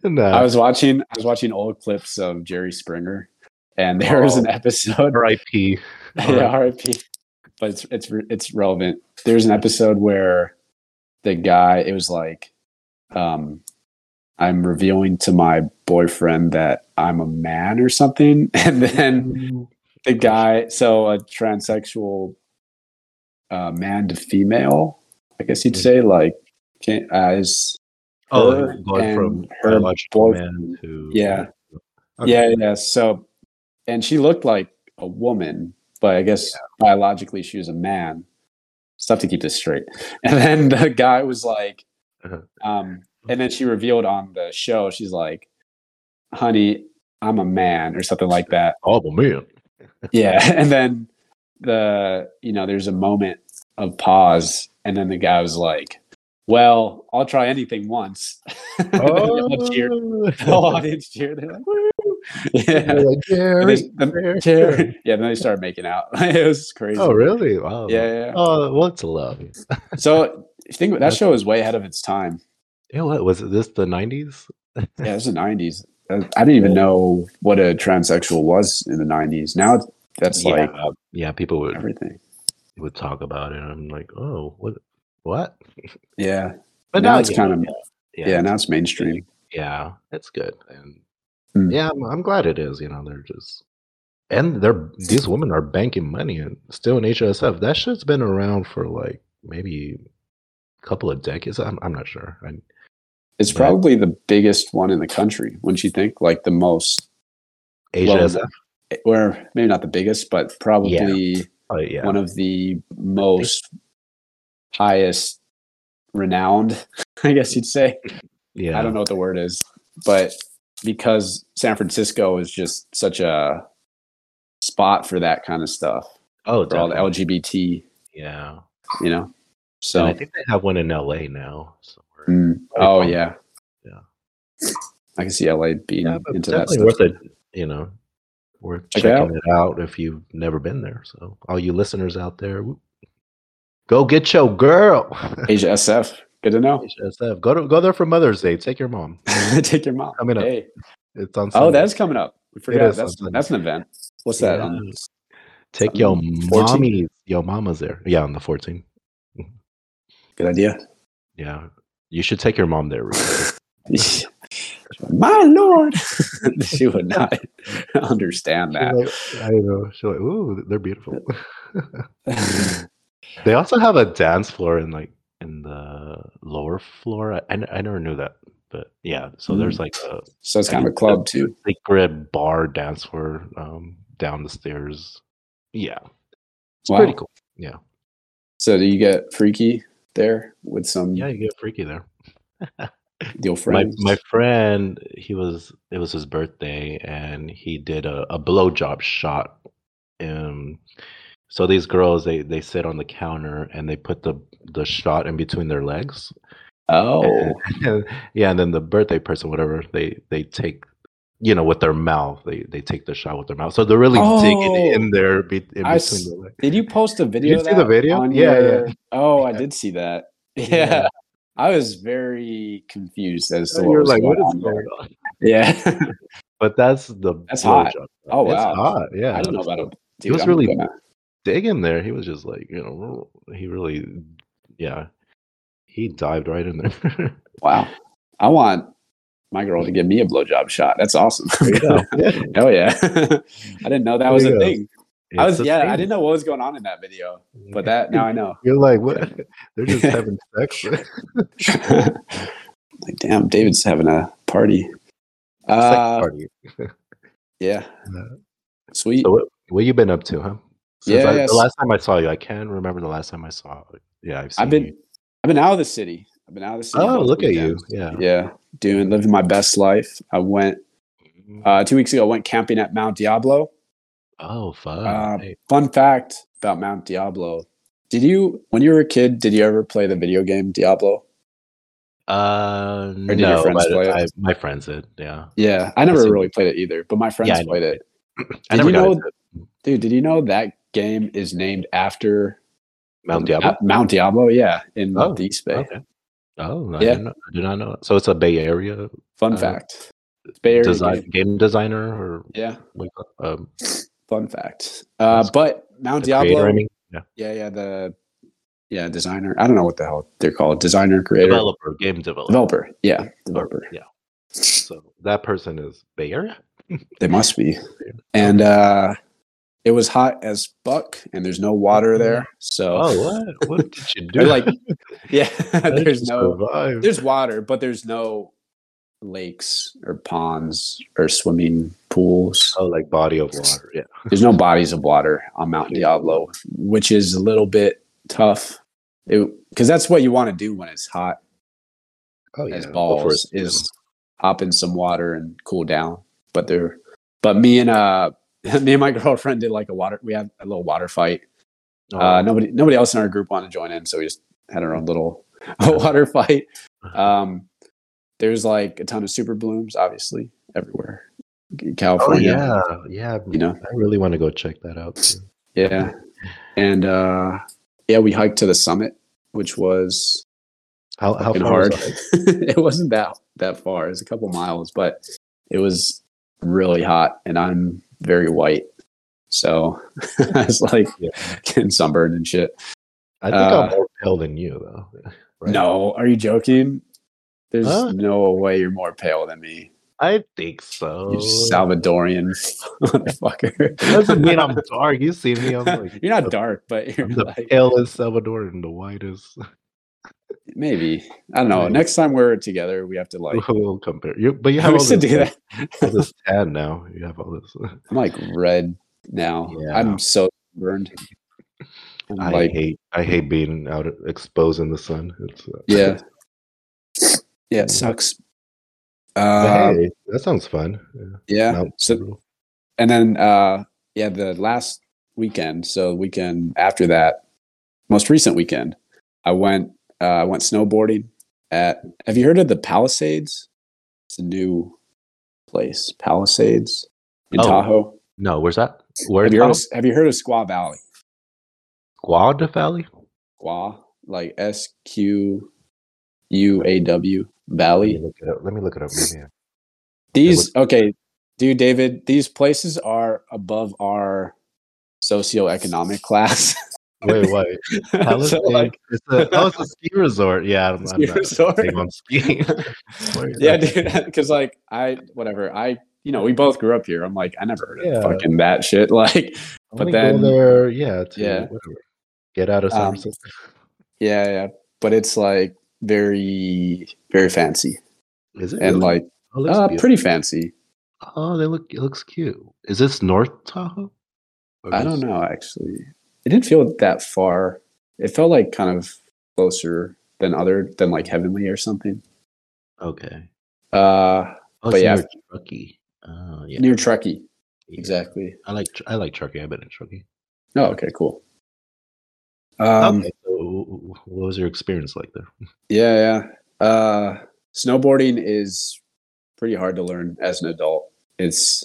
Speaker 2: no,
Speaker 1: I was watching I was watching old clips of Jerry Springer and there was an
Speaker 2: Oh.
Speaker 1: episode *laughs*
Speaker 2: *laughs* R.I.P.
Speaker 1: yeah, RIP. But it's it's re- it's relevant. There's an episode where the guy it was like um I'm revealing to my boyfriend that I'm a man or something *laughs* and then the guy so a transsexual uh man to female I guess you'd say like can as
Speaker 2: Oh,
Speaker 1: her
Speaker 2: going from
Speaker 1: and her
Speaker 2: biological
Speaker 1: boyfriend.
Speaker 2: man to
Speaker 1: Yeah.
Speaker 2: Okay.
Speaker 1: Yeah, yeah. So, and she looked like a woman, but I guess biologically she was a man. Stuff to keep this straight. *laughs* And then the guy was like,
Speaker 2: Uh-huh.
Speaker 1: um, and then she revealed on the show, she's like, honey, I'm a man or something like that.
Speaker 2: Oh well, man.
Speaker 1: Yeah. And then the, you know, there's a moment of pause. And then the guy was like, well, I'll try anything once. *laughs* And then *laughs* they
Speaker 2: Oh.
Speaker 1: all cheered. *laughs* The whole audience cheered. They're like, woo. Yeah.
Speaker 2: *laughs* They're
Speaker 1: *laughs*
Speaker 2: like,
Speaker 1: And
Speaker 2: "Jerry,
Speaker 1: they- and-
Speaker 2: Jerry,
Speaker 1: Terror.
Speaker 2: Jerry."
Speaker 1: yeah, then they started making out. *laughs* it was crazy.
Speaker 2: Oh, really? Wow.
Speaker 1: Yeah, yeah, yeah.
Speaker 2: Oh, well, it's love.
Speaker 1: So if you think about- that show is way ahead of its time.
Speaker 2: You know what? Was this the 90s?
Speaker 1: Yeah, it was the '90s. I I didn't even know what a transsexual was in the '90s. Now it's- that's
Speaker 2: Yeah.
Speaker 1: like
Speaker 2: Yeah, people would
Speaker 1: everything.
Speaker 2: would talk about it. And I'm like, oh, what? What?
Speaker 1: Yeah, now it's
Speaker 2: you
Speaker 1: kind
Speaker 2: know,
Speaker 1: of yeah. Now it's mainstream.
Speaker 2: yeah, it's good, and
Speaker 1: Mm.
Speaker 2: yeah, I'm, I'm glad it is. You know, they're just and they're these women are banking money and still in HSF. That shit's been around for like maybe a couple of decades. I'm I'm not sure. I,
Speaker 1: It's
Speaker 2: Yeah.
Speaker 1: probably the biggest one in the country, wouldn't you think? Like the most,
Speaker 2: HSF,
Speaker 1: or maybe not the biggest, but probably
Speaker 2: oh, yeah,
Speaker 1: one of the most highest renowned, *laughs* I guess you'd say.
Speaker 2: yeah.
Speaker 1: I don't know what the word is, but because San Francisco is just such a spot for that kind of stuff,
Speaker 2: Oh,
Speaker 1: for all the
Speaker 2: definitely.
Speaker 1: LGBT,
Speaker 2: yeah.
Speaker 1: you know.
Speaker 2: So I
Speaker 1: So,
Speaker 2: think they have one in LA now. Somewhere.
Speaker 1: mm, oh yeah,
Speaker 2: Yeah.
Speaker 1: I can see LA being
Speaker 2: Yeah, but
Speaker 1: into that
Speaker 2: definitely
Speaker 1: stuff.
Speaker 2: worth it. You know, worth
Speaker 1: Check it
Speaker 2: checking it out. if you've never been there. So, all you listeners out there, whoop, go get your girl. *laughs* uh,
Speaker 1: Asia SF, good to know.
Speaker 2: HSF. Go to, go there for Mother's Day. Take your mom.
Speaker 1: *laughs* Take your mom.
Speaker 2: Coming up.
Speaker 1: Hey,
Speaker 2: It's on.
Speaker 1: Oh, that's coming up. We forgot
Speaker 2: is
Speaker 1: that's
Speaker 2: something.
Speaker 1: that's an event. What's that on?
Speaker 2: Take your
Speaker 1: um, 14?
Speaker 2: mommy, your mama's there. Yeah, on the 14th.
Speaker 1: Good idea.
Speaker 2: Yeah, you should take your mom there. *laughs* Ruth.
Speaker 1: *laughs* My lord, *laughs* she would not *laughs* understand
Speaker 2: She's
Speaker 1: that.
Speaker 2: like- I know. She's like, ooh, they're beautiful. *laughs* they also have a dance floor in like in the lower floor. I, I, n- I never knew that, but yeah. So
Speaker 1: Mm.
Speaker 2: there's like a
Speaker 1: so it's kind of a club too.
Speaker 2: secret bar dance floor um, down the stairs. Yeah, it's
Speaker 1: Wow. Mm.
Speaker 2: pretty cool. Yeah,
Speaker 1: So do you get freaky there with some
Speaker 2: yeah, you get freaky there.
Speaker 1: deal friends?
Speaker 2: My my friend, he was it was his birthday, and he did a, a blowjob shot. Um, so these girls, they they sit on the counter and they put the the shot in between their legs.
Speaker 1: oh,
Speaker 2: And- yeah, and then the birthday person, whatever, they they take, you know, with their mouth, they they take the shot with their mouth. So they're really digging
Speaker 1: Oh.
Speaker 2: it in there be, in
Speaker 1: I
Speaker 2: between.
Speaker 1: s-
Speaker 2: their legs.
Speaker 1: did you post a video?
Speaker 2: you
Speaker 1: of
Speaker 2: see the
Speaker 1: that
Speaker 2: video?
Speaker 1: on
Speaker 2: Yeah, yeah.
Speaker 1: your- Oh, I
Speaker 2: Yeah.
Speaker 1: did see that. *laughs* Yeah.
Speaker 2: Yeah.
Speaker 1: I was very confused as to
Speaker 2: So
Speaker 1: what
Speaker 2: you're
Speaker 1: was
Speaker 2: like, what
Speaker 1: going
Speaker 2: is
Speaker 1: on. there.
Speaker 2: going on?
Speaker 1: Yeah, *laughs*
Speaker 2: But that's the
Speaker 1: That's hot.
Speaker 2: blowjob.
Speaker 1: Oh,
Speaker 2: It's
Speaker 1: wow.
Speaker 2: hot. Yeah,
Speaker 1: I don't know about him.
Speaker 2: He
Speaker 1: Dude,
Speaker 2: was
Speaker 1: I'm
Speaker 2: really-
Speaker 1: gonna-
Speaker 2: digging there. He was just like, you know, he really, yeah, he dived right in there. *laughs*
Speaker 1: Wow. I want my girl to give me a blowjob shot. That's
Speaker 2: *laughs*
Speaker 1: awesome.
Speaker 2: yeah.
Speaker 1: Hell yeah. I didn't know that
Speaker 2: There
Speaker 1: was
Speaker 2: you
Speaker 1: a
Speaker 2: go.
Speaker 1: thing. *laughs* I
Speaker 2: It's
Speaker 1: was
Speaker 2: a
Speaker 1: yeah, I
Speaker 2: thing.
Speaker 1: didn't know what was going on in that video. But that now I know.
Speaker 2: *laughs*
Speaker 1: *laughs*
Speaker 2: You're like, what? *laughs* They're just having sex. *laughs*
Speaker 1: like damn, David's having a party.
Speaker 2: Sex
Speaker 1: Uh,
Speaker 2: party.
Speaker 1: yeah.
Speaker 2: Yeah.
Speaker 1: Sweet.
Speaker 2: So what, what you been up to, huh?
Speaker 1: Yeah,
Speaker 2: I,
Speaker 1: yes.
Speaker 2: The last time I saw you, I can remember the last time I saw. Yeah, I've seen.
Speaker 1: I've been
Speaker 2: you.
Speaker 1: I've been out of the city. I've been out of the city.
Speaker 2: Oh,
Speaker 1: both
Speaker 2: look at you.
Speaker 1: weekends.
Speaker 2: Yeah.
Speaker 1: Yeah. Doing living my best life. I went uh, two weeks ago, I went camping at Mount Diablo.
Speaker 2: oh, fun.
Speaker 1: Uh,
Speaker 2: Hey.
Speaker 1: fun fact about Mount Diablo. Did you, when you were a kid, did you ever play the video game Diablo?
Speaker 2: Uh,
Speaker 1: did your
Speaker 2: no,
Speaker 1: friends
Speaker 2: but
Speaker 1: play it?
Speaker 2: I, my friends did. Yeah.
Speaker 1: Yeah, I never
Speaker 2: see.
Speaker 1: really played it either, but my friends
Speaker 2: I know.
Speaker 1: played
Speaker 2: *clears throat*
Speaker 1: it.
Speaker 2: I
Speaker 1: Did
Speaker 2: never
Speaker 1: you
Speaker 2: got
Speaker 1: know-
Speaker 2: into it.
Speaker 1: Dude, did you know that game is named after
Speaker 2: Mount Diablo.
Speaker 1: Ma- Mount Diablo, yeah, in
Speaker 2: Oh,
Speaker 1: the East Bay.
Speaker 2: Okay. Oh, I,
Speaker 1: Yeah.
Speaker 2: did not, I did not know. That. So it's a Bay Area
Speaker 1: Fun
Speaker 2: Uh,
Speaker 1: fact. It's Bay Area
Speaker 2: design
Speaker 1: game.
Speaker 2: game. designer or
Speaker 1: Yeah,
Speaker 2: what, um,
Speaker 1: fun fact. Uh,
Speaker 2: That's
Speaker 1: but Mount
Speaker 2: the creator, I
Speaker 1: Diablo,
Speaker 2: mean, yeah.
Speaker 1: yeah, yeah, the yeah designer. I don't know what the hell they're called. Designer, creator,
Speaker 2: developer, game developer.
Speaker 1: developer. Yeah, developer.
Speaker 2: Yeah. So that person is Bay Area.
Speaker 1: They must be. And uh, it was hot as fuck, and there's no water there. So
Speaker 2: Oh, what? What did
Speaker 1: *laughs*
Speaker 2: you do?
Speaker 1: they're
Speaker 2: *laughs*
Speaker 1: like, yeah, *laughs*
Speaker 2: How did
Speaker 1: there's
Speaker 2: you
Speaker 1: no,
Speaker 2: survive?
Speaker 1: there's water, but there's no lakes or ponds or swimming pools.
Speaker 2: Oh, like body of water. Yeah.
Speaker 1: There's no bodies of water on Mount Diablo, which is a little bit tough. Because that's what you want to do when it's hot
Speaker 2: Oh,
Speaker 1: as
Speaker 2: Go for
Speaker 1: balls
Speaker 2: it.
Speaker 1: is hop in some water and cool down. But they're but me and uh *laughs* me and my girlfriend did like a water we had a little water fight.
Speaker 2: Oh,
Speaker 1: Uh nobody nobody else in our group wanted to join in, so we just had our own little *laughs* water fight.
Speaker 2: *laughs*
Speaker 1: Um there's like a ton of super blooms, obviously, everywhere.
Speaker 2: oh
Speaker 1: California.
Speaker 2: yeah, yeah.
Speaker 1: You know.
Speaker 2: I really want to go check that out. Too.
Speaker 1: Yeah. And uh yeah, we hiked to the summit, which was
Speaker 2: How how
Speaker 1: fucking
Speaker 2: far
Speaker 1: hard.
Speaker 2: is it?
Speaker 1: *laughs* it wasn't that that far. It was a couple miles, but it was really hot, and I'm very white, so *laughs* I was like
Speaker 2: Yeah.
Speaker 1: getting sunburned and shit.
Speaker 2: I think
Speaker 1: Uh,
Speaker 2: I'm more pale than you though. *laughs* Right.
Speaker 1: No, are you joking? There's
Speaker 2: Huh?
Speaker 1: no way you're more pale than me.
Speaker 2: I think so.
Speaker 1: You Salvadorian *laughs* motherfucker.
Speaker 2: Doesn't mean I'm dark. You see me? I'm like
Speaker 1: *laughs* you're not
Speaker 2: the-
Speaker 1: dark, but you're
Speaker 2: I'm the
Speaker 1: like
Speaker 2: palest Salvadoran, the whitest. *laughs*
Speaker 1: maybe. I don't know.
Speaker 2: Maybe.
Speaker 1: Next time we're together, we have to like.
Speaker 2: we'll compare. You, but you
Speaker 1: *laughs*
Speaker 2: have
Speaker 1: we
Speaker 2: all
Speaker 1: should
Speaker 2: this,
Speaker 1: do that.
Speaker 2: all this tan now. You have all this.
Speaker 1: *laughs* I'm like red now.
Speaker 2: Yeah.
Speaker 1: I'm so burned. I'm
Speaker 2: I hate. I hate being out exposed in the sun. It's, uh,
Speaker 1: Yeah. Yeah, it sucks.
Speaker 2: but
Speaker 1: Uh,
Speaker 2: hey, that sounds fun. Yeah.
Speaker 1: yeah.
Speaker 2: Mount
Speaker 1: So
Speaker 2: Meru.
Speaker 1: and then uh, yeah, the last weekend, so the weekend after that, most recent weekend, I went uh, I went snowboarding at. Have you heard of the Palisades? It's a new place, Palisades in
Speaker 2: Oh,
Speaker 1: Tahoe.
Speaker 2: no, where's that? Where's
Speaker 1: Have you, heard of,
Speaker 2: that?
Speaker 1: have you heard of Squaw Valley?
Speaker 2: Squad Valley?
Speaker 1: Squaw, like S Q U A W Valley. *laughs*
Speaker 2: Let me look it up. Let me look it up. Maybe I-
Speaker 1: These okay, dude, David. These places are above our socioeconomic class.
Speaker 2: Wait, wait.
Speaker 1: *laughs*
Speaker 2: Palisades,
Speaker 1: so like,
Speaker 2: it's a, oh, it's a ski resort.
Speaker 1: *laughs*
Speaker 2: Yeah, I'm, I'm
Speaker 1: Ski
Speaker 2: not
Speaker 1: resort.
Speaker 2: big on skiing. *laughs* Wait,
Speaker 1: yeah,
Speaker 2: that's-
Speaker 1: dude, *laughs* because like I, whatever, I, you know, we both grew up here. I'm like, I never heard of
Speaker 2: Yeah.
Speaker 1: fucking that shit. *laughs* Like,
Speaker 2: I
Speaker 1: but
Speaker 2: wanna
Speaker 1: then-
Speaker 2: go there, yeah, to
Speaker 1: yeah.
Speaker 2: whatever. Get out of San
Speaker 1: Um,
Speaker 2: Francisco.
Speaker 1: yeah, yeah, but it's like very, very fancy
Speaker 2: Is it
Speaker 1: and
Speaker 2: really?
Speaker 1: like
Speaker 2: oh, it looks
Speaker 1: uh,
Speaker 2: beautiful.
Speaker 1: pretty fancy.
Speaker 2: Oh, they look. It looks cute. Is this North Tahoe? Or
Speaker 1: I
Speaker 2: is-
Speaker 1: don't know actually. It didn't feel that far. It felt like kind of closer than other than like heavenly or something.
Speaker 2: Okay.
Speaker 1: Uh,
Speaker 2: Oh,
Speaker 1: But
Speaker 2: it's
Speaker 1: yeah. Mm-hmm.
Speaker 2: near Truckee. Oh, yeah.
Speaker 1: near Truckee,
Speaker 2: yeah.
Speaker 1: exactly.
Speaker 2: I like. Tr- I like Truckee. I've been in Truckee.
Speaker 1: Oh, okay, cool. Um,
Speaker 2: okay. So, wh- wh- what was your experience like there?
Speaker 1: Yeah, yeah. Uh, snowboarding is pretty hard to learn as an adult. It's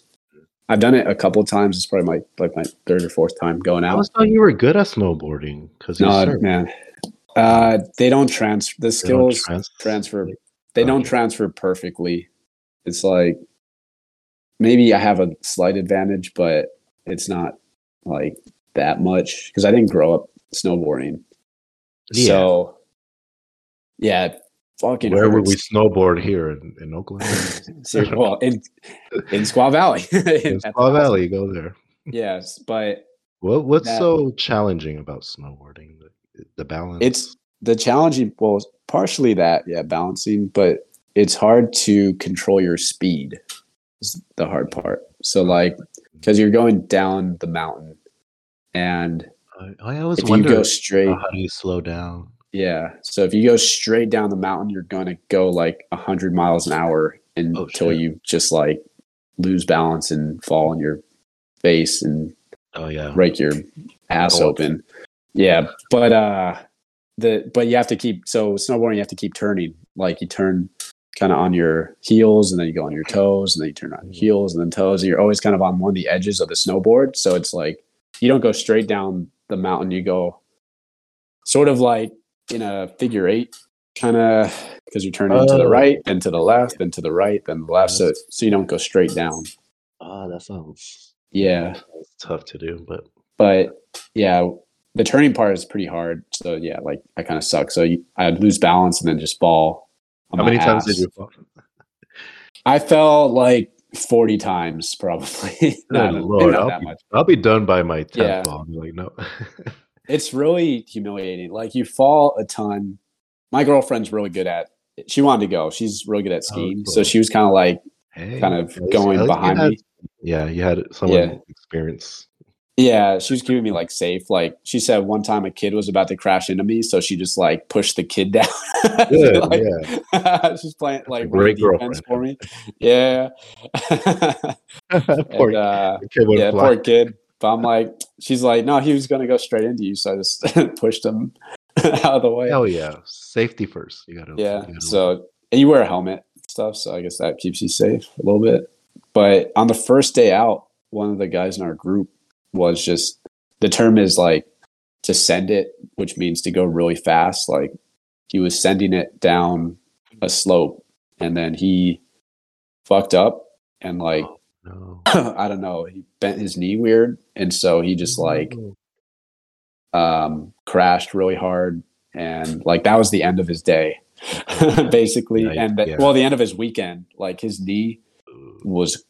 Speaker 1: I've done it a couple times. It's probably my like my third or fourth time going
Speaker 2: I
Speaker 1: out.
Speaker 2: was thought you were good at snowboarding because you
Speaker 1: No,
Speaker 2: surf.
Speaker 1: man. Uh, they don't transfer the
Speaker 2: They don't
Speaker 1: skills
Speaker 2: trans-
Speaker 1: transfer. They don't transfer perfectly. It's like maybe I have a slight advantage, but it's not like that much because I didn't grow up snowboarding.
Speaker 2: Yeah.
Speaker 1: So yeah, it fucking
Speaker 2: Where would we
Speaker 1: hurts.
Speaker 2: snowboard here in, in
Speaker 1: *laughs*
Speaker 2: Oakland? *laughs*
Speaker 1: Ser- well, in in Squaw Valley. *laughs*
Speaker 2: in
Speaker 1: At-
Speaker 2: Squaw Valley, go there.
Speaker 1: Yes, but
Speaker 2: What What's
Speaker 1: That-
Speaker 2: so challenging about snowboarding? The, the balance.
Speaker 1: it's the challenging. Well, it's partially that, yeah, balancing, but it's hard to control your speed. Is the hard part. So, like, because you're going down the mountain, and
Speaker 2: I, I always
Speaker 1: if you
Speaker 2: wonder
Speaker 1: go
Speaker 2: oh,
Speaker 1: straight,
Speaker 2: how do you slow down?
Speaker 1: yeah. So if you go straight down the mountain, you're gonna go like hundred miles an hour
Speaker 2: Oh,
Speaker 1: until
Speaker 2: shit.
Speaker 1: you just like lose balance and fall on your face and
Speaker 2: Oh yeah.
Speaker 1: break your ass
Speaker 2: Oh.
Speaker 1: open. Yeah, but uh the but you have to keep so snowboarding you have to keep turning. Like you turn kind of on your heels and then you go on your toes and then you turn on your heels and then toes. You're always kind of on one of the edges of the snowboard, so it's like you don't go straight down the mountain, you go sort of like in a figure eight kind of because you're turning to the
Speaker 2: Oh.
Speaker 1: right then to the left then to the right then the left so so you don't go straight down
Speaker 2: Ah, that sounds
Speaker 1: yeah
Speaker 2: it's tough to do, but
Speaker 1: but yeah the turning part is pretty hard so yeah like i kind of suck so you, i'd lose balance and then just fall on
Speaker 2: how
Speaker 1: my
Speaker 2: many times did
Speaker 1: ass.
Speaker 2: you fall?
Speaker 1: i fell like 40 times probably *laughs* Not-
Speaker 2: Good
Speaker 1: maybe
Speaker 2: Lord,
Speaker 1: not
Speaker 2: I'll
Speaker 1: that
Speaker 2: be,
Speaker 1: much.
Speaker 2: I'll be done by my tenth
Speaker 1: Yeah.
Speaker 2: ball. I'm like, *laughs* no.
Speaker 1: it's really humiliating like you fall a ton my girlfriend's really good at she wanted to go she's really good at
Speaker 2: Oh,
Speaker 1: skiing so
Speaker 2: cool.
Speaker 1: she was kind of like
Speaker 2: Hey,
Speaker 1: kind
Speaker 2: at
Speaker 1: of
Speaker 2: least- at least
Speaker 1: going
Speaker 2: you
Speaker 1: behind
Speaker 2: had-
Speaker 1: me
Speaker 2: Yeah, you had someone
Speaker 1: Yeah. *laughs*
Speaker 2: experience.
Speaker 1: Yeah, she was keeping me like safe. Like she said, one time a kid was about to crash into me, so she just like pushed the kid *laughs* down.
Speaker 2: Good,
Speaker 1: yeah. *laughs* she's playing like
Speaker 2: great
Speaker 1: great defense
Speaker 2: girlfriend.
Speaker 1: for me. Yeah, *laughs*
Speaker 2: *laughs* poor
Speaker 1: and, uh,
Speaker 2: kid went
Speaker 1: yeah, poor
Speaker 2: flying.
Speaker 1: kid. But I'm like, she's like, no, he was gonna go straight into you, so I just *laughs* pushed him out of the way.
Speaker 2: Hell yeah, safety first. You gotta.
Speaker 1: Yeah.
Speaker 2: you gotta-
Speaker 1: So and you wear a helmet and stuff, so I guess that keeps you safe a little bit. But on the first day out, one of the guys in our group was just the term is like to send it, which means to go really fast. Like he was sending it down a slope and then he fucked up and like *clears throat*
Speaker 2: no.
Speaker 1: I don't know, he bent his knee weird and so he just
Speaker 2: Mm-hmm.
Speaker 1: like
Speaker 2: No.
Speaker 1: um, crashed really hard, and like that was the end of his day, *laughs* basically.
Speaker 2: Yeah,
Speaker 1: and the,
Speaker 2: yeah.
Speaker 1: well, the end of his weekend. Like his knee was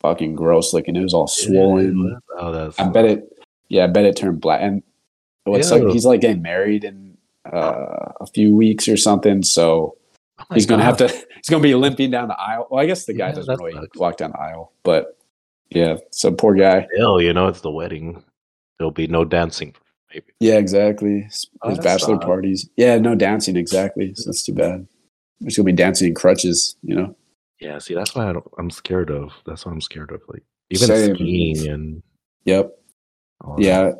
Speaker 1: fucking gross looking. It was all swollen.
Speaker 2: Oh, that's.
Speaker 1: I bet it. Yeah, I bet it turned black. And what's like
Speaker 2: Ew.
Speaker 1: he's like getting married in uh, a few weeks or something. So
Speaker 2: Oh my
Speaker 1: he's gonna
Speaker 2: God.
Speaker 1: have to. *laughs* He's gonna be limping down the aisle. Well, I guess the guy
Speaker 2: Yeah,
Speaker 1: doesn't
Speaker 2: that
Speaker 1: really
Speaker 2: sucks.
Speaker 1: walk down the aisle, but yeah. So poor guy.
Speaker 2: Hell, you know, it's the wedding. There'll be no dancing. Maybe.
Speaker 1: Yeah, exactly. S-
Speaker 2: Oh,
Speaker 1: His
Speaker 2: that's
Speaker 1: bachelor
Speaker 2: not-
Speaker 1: parties. Yeah, no dancing. Exactly. So that's too bad. There's gonna be dancing in crutches. You know.
Speaker 2: Yeah, see, that's why I don't, I'm scared of. That's what I'm scared of. Like even
Speaker 1: Same.
Speaker 2: skiing and
Speaker 1: Yep.
Speaker 2: all that.
Speaker 1: Yeah.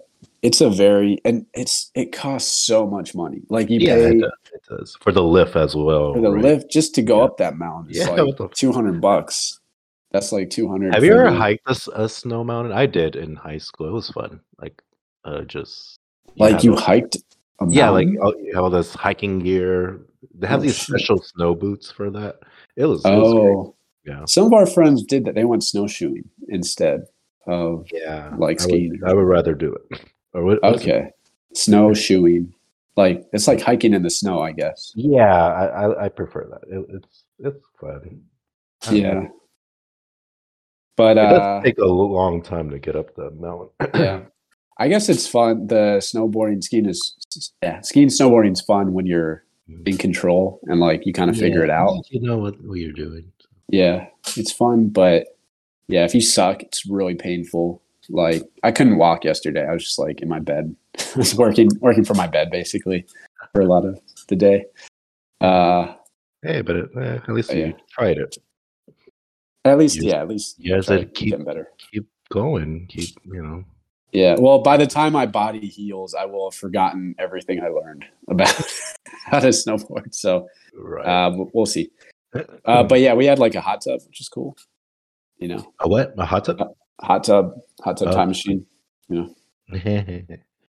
Speaker 1: It's a very and it's it costs so much money. Like you
Speaker 2: yeah,
Speaker 1: pay
Speaker 2: it does, it does. for the lift as well.
Speaker 1: for the
Speaker 2: right?
Speaker 1: lift just to go
Speaker 2: Yeah.
Speaker 1: up that mountain. It's
Speaker 2: Yeah, what the
Speaker 1: like
Speaker 2: f-
Speaker 1: two hundred bucks. That's like two hundred.
Speaker 2: Have you ever hiked a, s- a snow mountain? I did in high school. It was fun. Like, uh, just
Speaker 1: Like
Speaker 2: have
Speaker 1: you
Speaker 2: those-
Speaker 1: hiked. A
Speaker 2: yeah, like
Speaker 1: mountain?
Speaker 2: all, you have all this hiking gear. They have
Speaker 1: Oh,
Speaker 2: these
Speaker 1: shit.
Speaker 2: special snow boots for that. It was, it was great.
Speaker 1: oh
Speaker 2: Yeah.
Speaker 1: Some of our friends did that. They went snowshoeing instead of
Speaker 2: Yeah.
Speaker 1: Like
Speaker 2: I would-
Speaker 1: skiing.
Speaker 2: I would rather do it. Or what, what's it-
Speaker 1: okay snowshoeing. Like it's like hiking in the snow, I guess.
Speaker 2: Yeah, I, I, I prefer that. It, it's it's fun. I don't
Speaker 1: Yeah.
Speaker 2: know.
Speaker 1: But
Speaker 2: It
Speaker 1: uh,
Speaker 2: does take a lo- long time to get up the mountain.
Speaker 1: *clears throat* yeah, I guess it's fun. The snowboarding skiing is yeah, skiing snowboarding is fun when you're
Speaker 2: *clears throat*
Speaker 1: in control and like you kind of figure it out.
Speaker 2: You know what, what you're doing.
Speaker 1: Yeah, it's fun, but yeah, if you suck, it's really painful. Like I couldn't walk yesterday. I was just like in my bed. *laughs* I was working working from my bed basically for a lot of the day. Uh
Speaker 2: Hey, but it, eh, at least
Speaker 1: Oh,
Speaker 2: you tried it.
Speaker 1: at least
Speaker 2: Yes.
Speaker 1: yeah, at least
Speaker 2: You guys
Speaker 1: try to
Speaker 2: had keep
Speaker 1: getting better.
Speaker 2: keep going. Keep you know.
Speaker 1: Yeah. Well, by the time my body heals, I will have forgotten everything I learned *laughs* about how to snowboard. So
Speaker 2: Right.
Speaker 1: uh, we'll see.
Speaker 2: Eh,
Speaker 1: Uh, but yeah, we had like a hot tub, which is cool. You know,
Speaker 2: hmm. a what? A hot
Speaker 1: Uh,
Speaker 2: *laughs* tub?
Speaker 1: hot tub, hot tub
Speaker 2: Oh.
Speaker 1: time machine.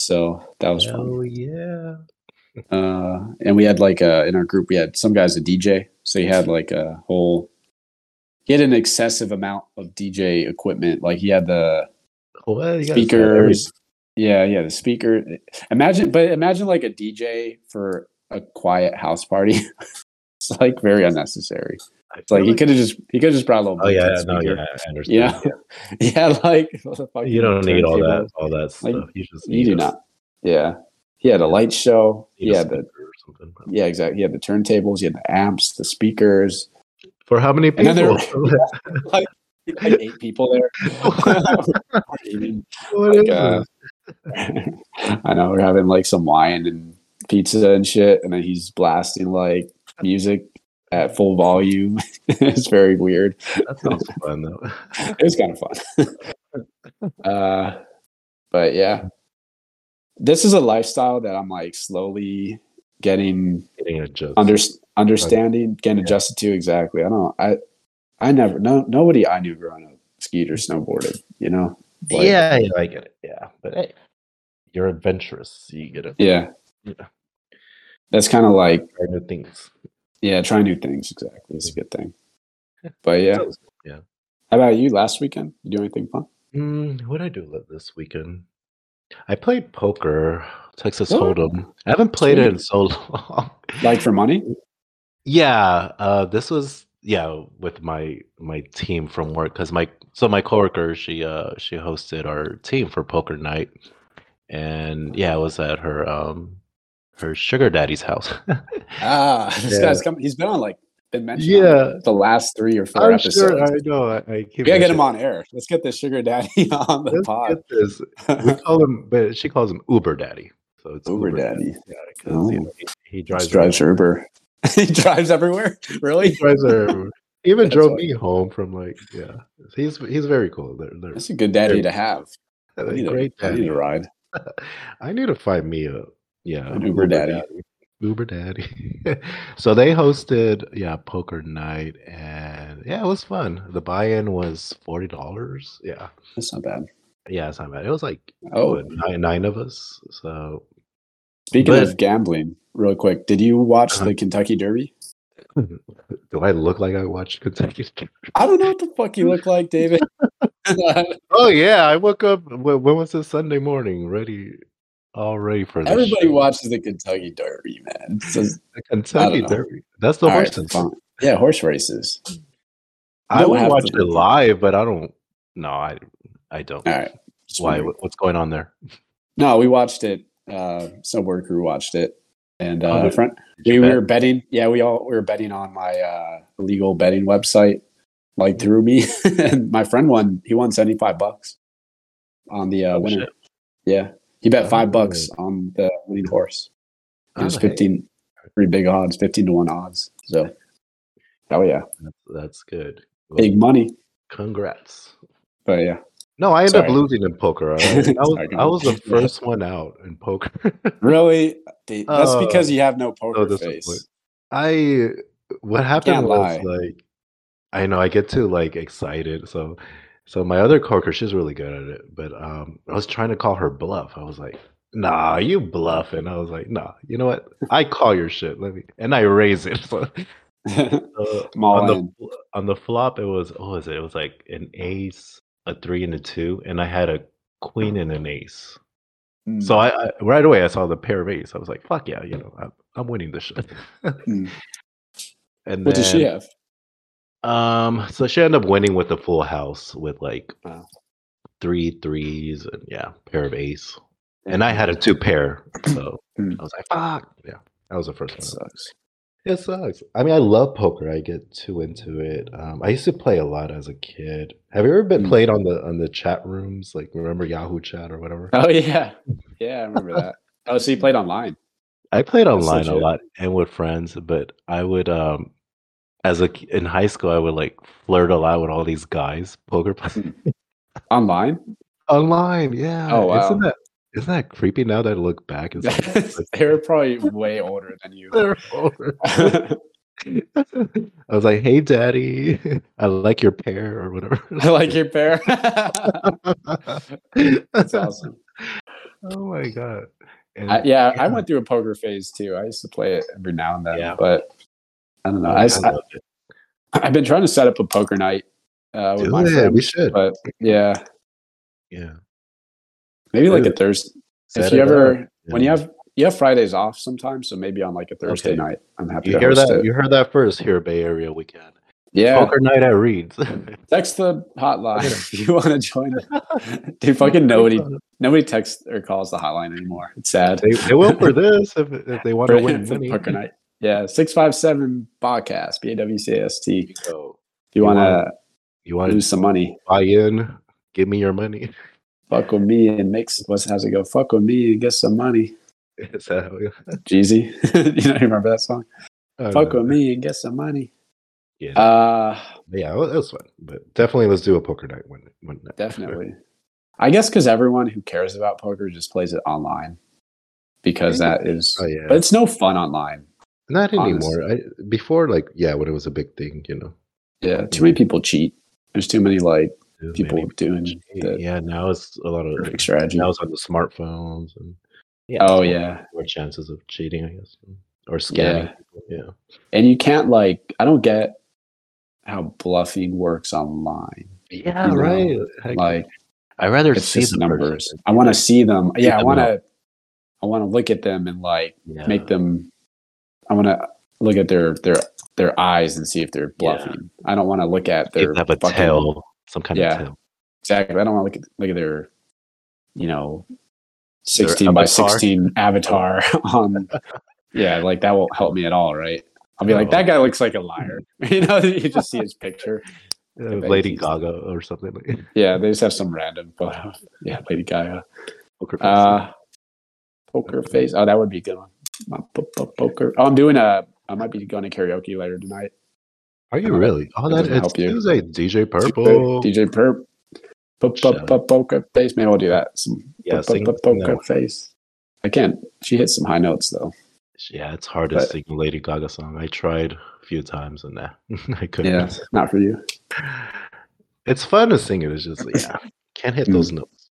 Speaker 1: So that was fun.
Speaker 2: oh yeah.
Speaker 1: uh, and we had like a, in our group we had some guys a DJ, so he had like a whole he had an excessive amount of DJ equipment. Like he had the
Speaker 2: Oh, Well, you gotta set every-
Speaker 1: speakers, yeah, yeah, the speaker. Imagine, but imagine like a DJ for a quiet house party. *laughs* it's like very unnecessary.
Speaker 2: I
Speaker 1: It's like
Speaker 2: feel
Speaker 1: he could have just he could have just brought a little.
Speaker 2: Oh yeah,
Speaker 1: Bluetooth
Speaker 2: no,
Speaker 1: speaker.
Speaker 2: yeah, I understand.
Speaker 1: You know, *laughs* yeah, like *laughs* the
Speaker 2: Yeah.
Speaker 1: fucking
Speaker 2: *laughs* You don't need all that,
Speaker 1: turntable.
Speaker 2: all that
Speaker 1: Like,
Speaker 2: stuff. You just
Speaker 1: You
Speaker 2: need
Speaker 1: do
Speaker 2: a-
Speaker 1: not. Yeah, he had a light show.
Speaker 2: need
Speaker 1: He
Speaker 2: a
Speaker 1: had the
Speaker 2: speaker or something.
Speaker 1: yeah, exactly. He had the turntables, he had the amps, the speakers.
Speaker 2: For how many
Speaker 1: And then there-
Speaker 2: people? *laughs*
Speaker 1: He had, Like eight people there. *laughs*
Speaker 2: What is
Speaker 1: Like, uh, *laughs*
Speaker 2: this?
Speaker 1: I know we're having like some wine and pizza and shit, and then he's blasting like music at full volume. *laughs* it's very weird.
Speaker 2: That sounds fun though. *laughs*
Speaker 1: It was kind of fun. *laughs* uh, but yeah, this is a lifestyle that I'm like slowly getting
Speaker 2: Getting adjusted.
Speaker 1: under, understanding getting adjusted to exactly i don't i i never no nobody i knew growing up skied or snowboarded you know like-
Speaker 2: yeah, yeah, I get it. Yeah, but hey, you're adventurous. You get it.
Speaker 1: yeah
Speaker 2: Yeah.
Speaker 1: that's kind of like
Speaker 2: Try new things.
Speaker 1: yeah try new things exactly it's a good thing but yeah
Speaker 2: Sounds
Speaker 1: how about you last weekend you do anything fun
Speaker 2: Mm, what did I do li- this weekend? I played poker, Texas
Speaker 1: Oh,
Speaker 2: Hold'em. I haven't played it in so *laughs* long.
Speaker 1: like for money
Speaker 2: Yeah, uh, this was yeah with my my team from work because my so my coworker she uh she hosted our team for poker night, and yeah, it was at her um her sugar daddy's house. *laughs*
Speaker 1: ah *laughs* this
Speaker 2: Yeah.
Speaker 1: guy's come he's been on like been mentioned on
Speaker 2: Yeah.
Speaker 1: the last three or 4
Speaker 2: I'm
Speaker 1: episodes
Speaker 2: sure I know. I, I
Speaker 1: we
Speaker 2: keep
Speaker 1: gotta get him
Speaker 2: *laughs* mentioning-
Speaker 1: on air let's get this sugar daddy *laughs* on the
Speaker 2: Let's
Speaker 1: pod
Speaker 2: get this.
Speaker 1: *laughs*
Speaker 2: We call him, but she calls him Uber Daddy. So it's
Speaker 1: Uber Daddy.
Speaker 2: Yeah, because you
Speaker 1: Oh.
Speaker 2: know, he, he
Speaker 1: drives,
Speaker 2: drives
Speaker 1: drives uber *laughs* he drives everywhere really
Speaker 2: drives her. he Even
Speaker 1: *laughs* That's
Speaker 2: drove
Speaker 1: all.
Speaker 2: me home from like yeah. He's he's very cool. They're, they're,
Speaker 1: That's a good daddy
Speaker 2: Sure.
Speaker 1: to have.
Speaker 2: they're
Speaker 1: I need, a,
Speaker 2: great.
Speaker 1: I need
Speaker 2: daddy.
Speaker 1: a ride.
Speaker 2: I need to find me a yeah
Speaker 1: An Uber daddy.
Speaker 2: Uber daddy. *laughs* so they hosted yeah poker night and yeah it was fun. The buy-in was forty dollars. Yeah,
Speaker 1: That's not bad.
Speaker 2: yeah, it's not bad. It was like
Speaker 1: Oh,
Speaker 2: what, nine, nine of us. So
Speaker 1: speaking
Speaker 2: but-
Speaker 1: of gambling, real quick, did you watch
Speaker 2: Uh-huh.
Speaker 1: the Kentucky Derby?
Speaker 2: do I look like I watched *laughs* Kentucky?
Speaker 1: I don't know what the fuck you look like,
Speaker 2: *laughs*
Speaker 1: David. *laughs*
Speaker 2: oh yeah, I woke up. When, when was this Sunday morning? Ready, all ready for this.
Speaker 1: Everybody
Speaker 2: shit.
Speaker 1: watches the Kentucky Derby, man. It's just-
Speaker 2: The Kentucky
Speaker 1: know.
Speaker 2: Derby. That's the
Speaker 1: all
Speaker 2: worst.
Speaker 1: right, fine. Yeah, horse races.
Speaker 2: I
Speaker 1: Don't
Speaker 2: would
Speaker 1: have
Speaker 2: watch
Speaker 1: to
Speaker 2: it
Speaker 1: look.
Speaker 2: live, but I don't. No, I I don't.
Speaker 1: All right. Just
Speaker 2: Why?
Speaker 1: wondering.
Speaker 2: What- What's going on there?
Speaker 1: No, we watched it. Uh, snowboard crew watched it, and
Speaker 2: Oh,
Speaker 1: uh,
Speaker 2: did-
Speaker 1: front
Speaker 2: Did
Speaker 1: we
Speaker 2: you bet?
Speaker 1: were betting. Yeah, we all we were betting on my uh, illegal betting website,
Speaker 2: Mm-hmm.
Speaker 1: like through me. *laughs* and my friend won. He won seventy five bucks on the uh,
Speaker 2: Oh,
Speaker 1: winner.
Speaker 2: shit.
Speaker 1: Yeah, he bet five
Speaker 2: Oh.
Speaker 1: bucks on the winning horse. It was
Speaker 2: Oh, hey,
Speaker 1: fifteen, pretty big odds, fifteen to one odds. So, oh yeah,
Speaker 2: that's, that's good. Well,
Speaker 1: big money.
Speaker 2: congrats.
Speaker 1: But yeah,
Speaker 2: No, I ended up
Speaker 1: Sorry.
Speaker 2: losing in
Speaker 1: *laughs*
Speaker 2: poker. I, I was,
Speaker 1: Sorry, go
Speaker 2: I
Speaker 1: on.
Speaker 2: was the
Speaker 1: Yeah.
Speaker 2: first one out in poker. *laughs*
Speaker 1: really, Th- that's
Speaker 2: Oh,
Speaker 1: because you have no poker
Speaker 2: disappointed.
Speaker 1: face.
Speaker 2: I what happened
Speaker 1: Can't
Speaker 2: was
Speaker 1: lie.
Speaker 2: like I know I get too like excited. So so my other coworker, she's really good at it, but um I was trying to call her bluff. I was like, nah, you bluff. And I was like, nah, you know what? I call your shit. Let me and I raise it. *laughs* So
Speaker 1: *laughs*
Speaker 2: So
Speaker 1: I'm all
Speaker 2: on the
Speaker 1: in.
Speaker 2: fl- on the flop, it was what was it? It was like an ace, a three, and a two, and I had a queen and an ace.
Speaker 1: Mm,
Speaker 2: So I, I right away I saw the pair of ace. I was like, "Fuck yeah!" You know, I'm, I'm winning this shit. *laughs*
Speaker 1: mm.
Speaker 2: and
Speaker 1: What does she
Speaker 2: then-
Speaker 1: have?
Speaker 2: Um, so she ended up winning with a full house with like
Speaker 1: Wow.
Speaker 2: three threes and yeah, pair of ace. And I had a two pair, so
Speaker 1: Mm.
Speaker 2: I was like, "Fuck!" Yeah, that was the first
Speaker 1: That
Speaker 2: one.
Speaker 1: sucks.
Speaker 2: It sucks. I mean, I love poker. I get too into it. Um, I used to play a lot as a kid. Have you ever been
Speaker 1: Mm.
Speaker 2: played on the on the chat rooms? Like, remember Yahoo Chat or whatever?
Speaker 1: Oh yeah, yeah, I remember that. Oh, so you played online?
Speaker 2: I played
Speaker 1: That's
Speaker 2: online a
Speaker 1: legit.
Speaker 2: lot and with friends, but I would um, as a k- in high school, I would like flirt a lot with all these guys, poker *laughs* players
Speaker 1: Online?
Speaker 2: online. Yeah.
Speaker 1: Oh,
Speaker 2: Isn't
Speaker 1: wow.
Speaker 2: that isn't that creepy? Now that I look back, *laughs* it's like,
Speaker 1: *laughs* they were probably way older than you. *laughs*
Speaker 2: they're over.
Speaker 1: I
Speaker 2: I was like, "Hey, daddy, *laughs* I like your pair or whatever." *laughs*
Speaker 1: like your pair. *laughs*
Speaker 2: *laughs*
Speaker 1: That's awesome.
Speaker 2: Oh my god. And-
Speaker 1: I, yeah, I went through a poker phase too. I used to play it every now and then,
Speaker 2: Yeah.
Speaker 1: but I don't know.
Speaker 2: I
Speaker 1: I, s-
Speaker 2: love it.
Speaker 1: I- I've been trying to set up a poker night uh, with
Speaker 2: Do
Speaker 1: my
Speaker 2: it.
Speaker 1: friends,
Speaker 2: We should.
Speaker 1: but yeah,
Speaker 2: yeah.
Speaker 1: maybe like
Speaker 2: Do
Speaker 1: a Thursday.
Speaker 2: Set
Speaker 1: if you
Speaker 2: it
Speaker 1: ever,
Speaker 2: up,
Speaker 1: when you
Speaker 2: yeah.
Speaker 1: have you have Fridays off sometimes, so maybe on like a Thursday
Speaker 2: Okay.
Speaker 1: night, I'm happy
Speaker 2: you
Speaker 1: to
Speaker 2: hear
Speaker 1: host
Speaker 2: that
Speaker 1: it.
Speaker 2: you heard that first here Bay Area weekend.
Speaker 1: yeah,
Speaker 2: Poker night at Reed's. I
Speaker 1: text the hotline if you want to join.
Speaker 2: *laughs*
Speaker 1: it. Dude, fucking nobody nobody texts or calls the hotline anymore. It's sad.
Speaker 2: They, they will for this if, if they want
Speaker 1: For,
Speaker 2: to
Speaker 1: *laughs*
Speaker 2: win
Speaker 1: for
Speaker 2: money.
Speaker 1: poker night. Yeah, six five seven podcast B A W C A S T. If
Speaker 2: So
Speaker 1: you
Speaker 2: You
Speaker 1: want to.
Speaker 2: wanna- you want
Speaker 1: lose
Speaker 2: to
Speaker 1: some money.
Speaker 2: buy in? Give me your money. *laughs*
Speaker 1: Fuck with me and make what's how's it go? Fuck with me and get some money.
Speaker 2: Is that how it-
Speaker 1: Jeezy. *laughs* you know, you remember that song?
Speaker 2: I don't
Speaker 1: Fuck
Speaker 2: know.
Speaker 1: with me and get some money.
Speaker 2: Yeah,
Speaker 1: Uh
Speaker 2: yeah, it was fun, but definitely let's do a poker night one one night.
Speaker 1: definitely. I guess because everyone who cares about poker just plays it online. Because that is
Speaker 2: Oh yeah,
Speaker 1: but it's no fun online.
Speaker 2: not
Speaker 1: honest.
Speaker 2: anymore. I, before, like, yeah, when it was a big thing, you know,
Speaker 1: Yeah. Too many people cheat. There's too many like
Speaker 2: it was
Speaker 1: people
Speaker 2: maybe-
Speaker 1: doing the
Speaker 2: yeah, now it's a lot of
Speaker 1: perfect strategy.
Speaker 2: now it's on the smartphones and yeah,
Speaker 1: Oh
Speaker 2: it's more-
Speaker 1: yeah.
Speaker 2: more chances of cheating, I guess, mm, or scamming. people, Yeah,
Speaker 1: And you can't like I don't get how bluffing works online.
Speaker 2: yeah,
Speaker 1: You know,
Speaker 2: right. Heck,
Speaker 1: Like
Speaker 2: I'd rather
Speaker 1: it's
Speaker 2: see
Speaker 1: just
Speaker 2: the person
Speaker 1: numbers.
Speaker 2: than
Speaker 1: I want to see them.
Speaker 2: Cheat
Speaker 1: Yeah, I
Speaker 2: them
Speaker 1: want to. I want to look at them and like
Speaker 2: yeah.
Speaker 1: make them. I want to look at their their their eyes and see if they're bluffing. I don't want to look at
Speaker 2: They
Speaker 1: their
Speaker 2: have a
Speaker 1: fucking-
Speaker 2: tail, some kind
Speaker 1: Yeah.
Speaker 2: of tail.
Speaker 1: Exactly. I don't want to look at look at their, you know, sixteen by
Speaker 2: avatar?
Speaker 1: sixteen avatar *laughs* on. Yeah, like that won't help me at all, right? I'll be like,
Speaker 2: No.
Speaker 1: that guy looks like a liar. *laughs* you know, you just see his picture.
Speaker 2: Uh,
Speaker 1: If
Speaker 2: Lady
Speaker 1: anything's-
Speaker 2: Gaga or something like
Speaker 1: Yeah, they just have some random photo. Yeah, Lady Gaga.
Speaker 2: *laughs* poker face.
Speaker 1: Uh, poker face. Oh, that would be a good one. My po- po- poker. Oh, I'm doing a. I might be going to karaoke later tonight.
Speaker 2: Are you
Speaker 1: uh,
Speaker 2: really? Oh,
Speaker 1: it
Speaker 2: that
Speaker 1: doesn't
Speaker 2: it's
Speaker 1: help you.
Speaker 2: Tuesday. DJ Purple.
Speaker 1: DJ Perp. Po- po-
Speaker 2: Shout
Speaker 1: po- Poker face. Maybe I'll do that. Some
Speaker 2: Yeah,
Speaker 1: po- po-
Speaker 2: sing-
Speaker 1: po-
Speaker 2: sing that
Speaker 1: poker
Speaker 2: one.
Speaker 1: face. I can't. She hits some high notes though.
Speaker 2: Yeah, it's hard to
Speaker 1: But-
Speaker 2: sing a Lady Gaga song. I tried a few times and that *laughs* I couldn't.
Speaker 1: Yeah, not for you.
Speaker 2: It's fun to sing it.
Speaker 1: *laughs*
Speaker 2: It's just yeah, can't
Speaker 1: Mm.
Speaker 2: hit those notes.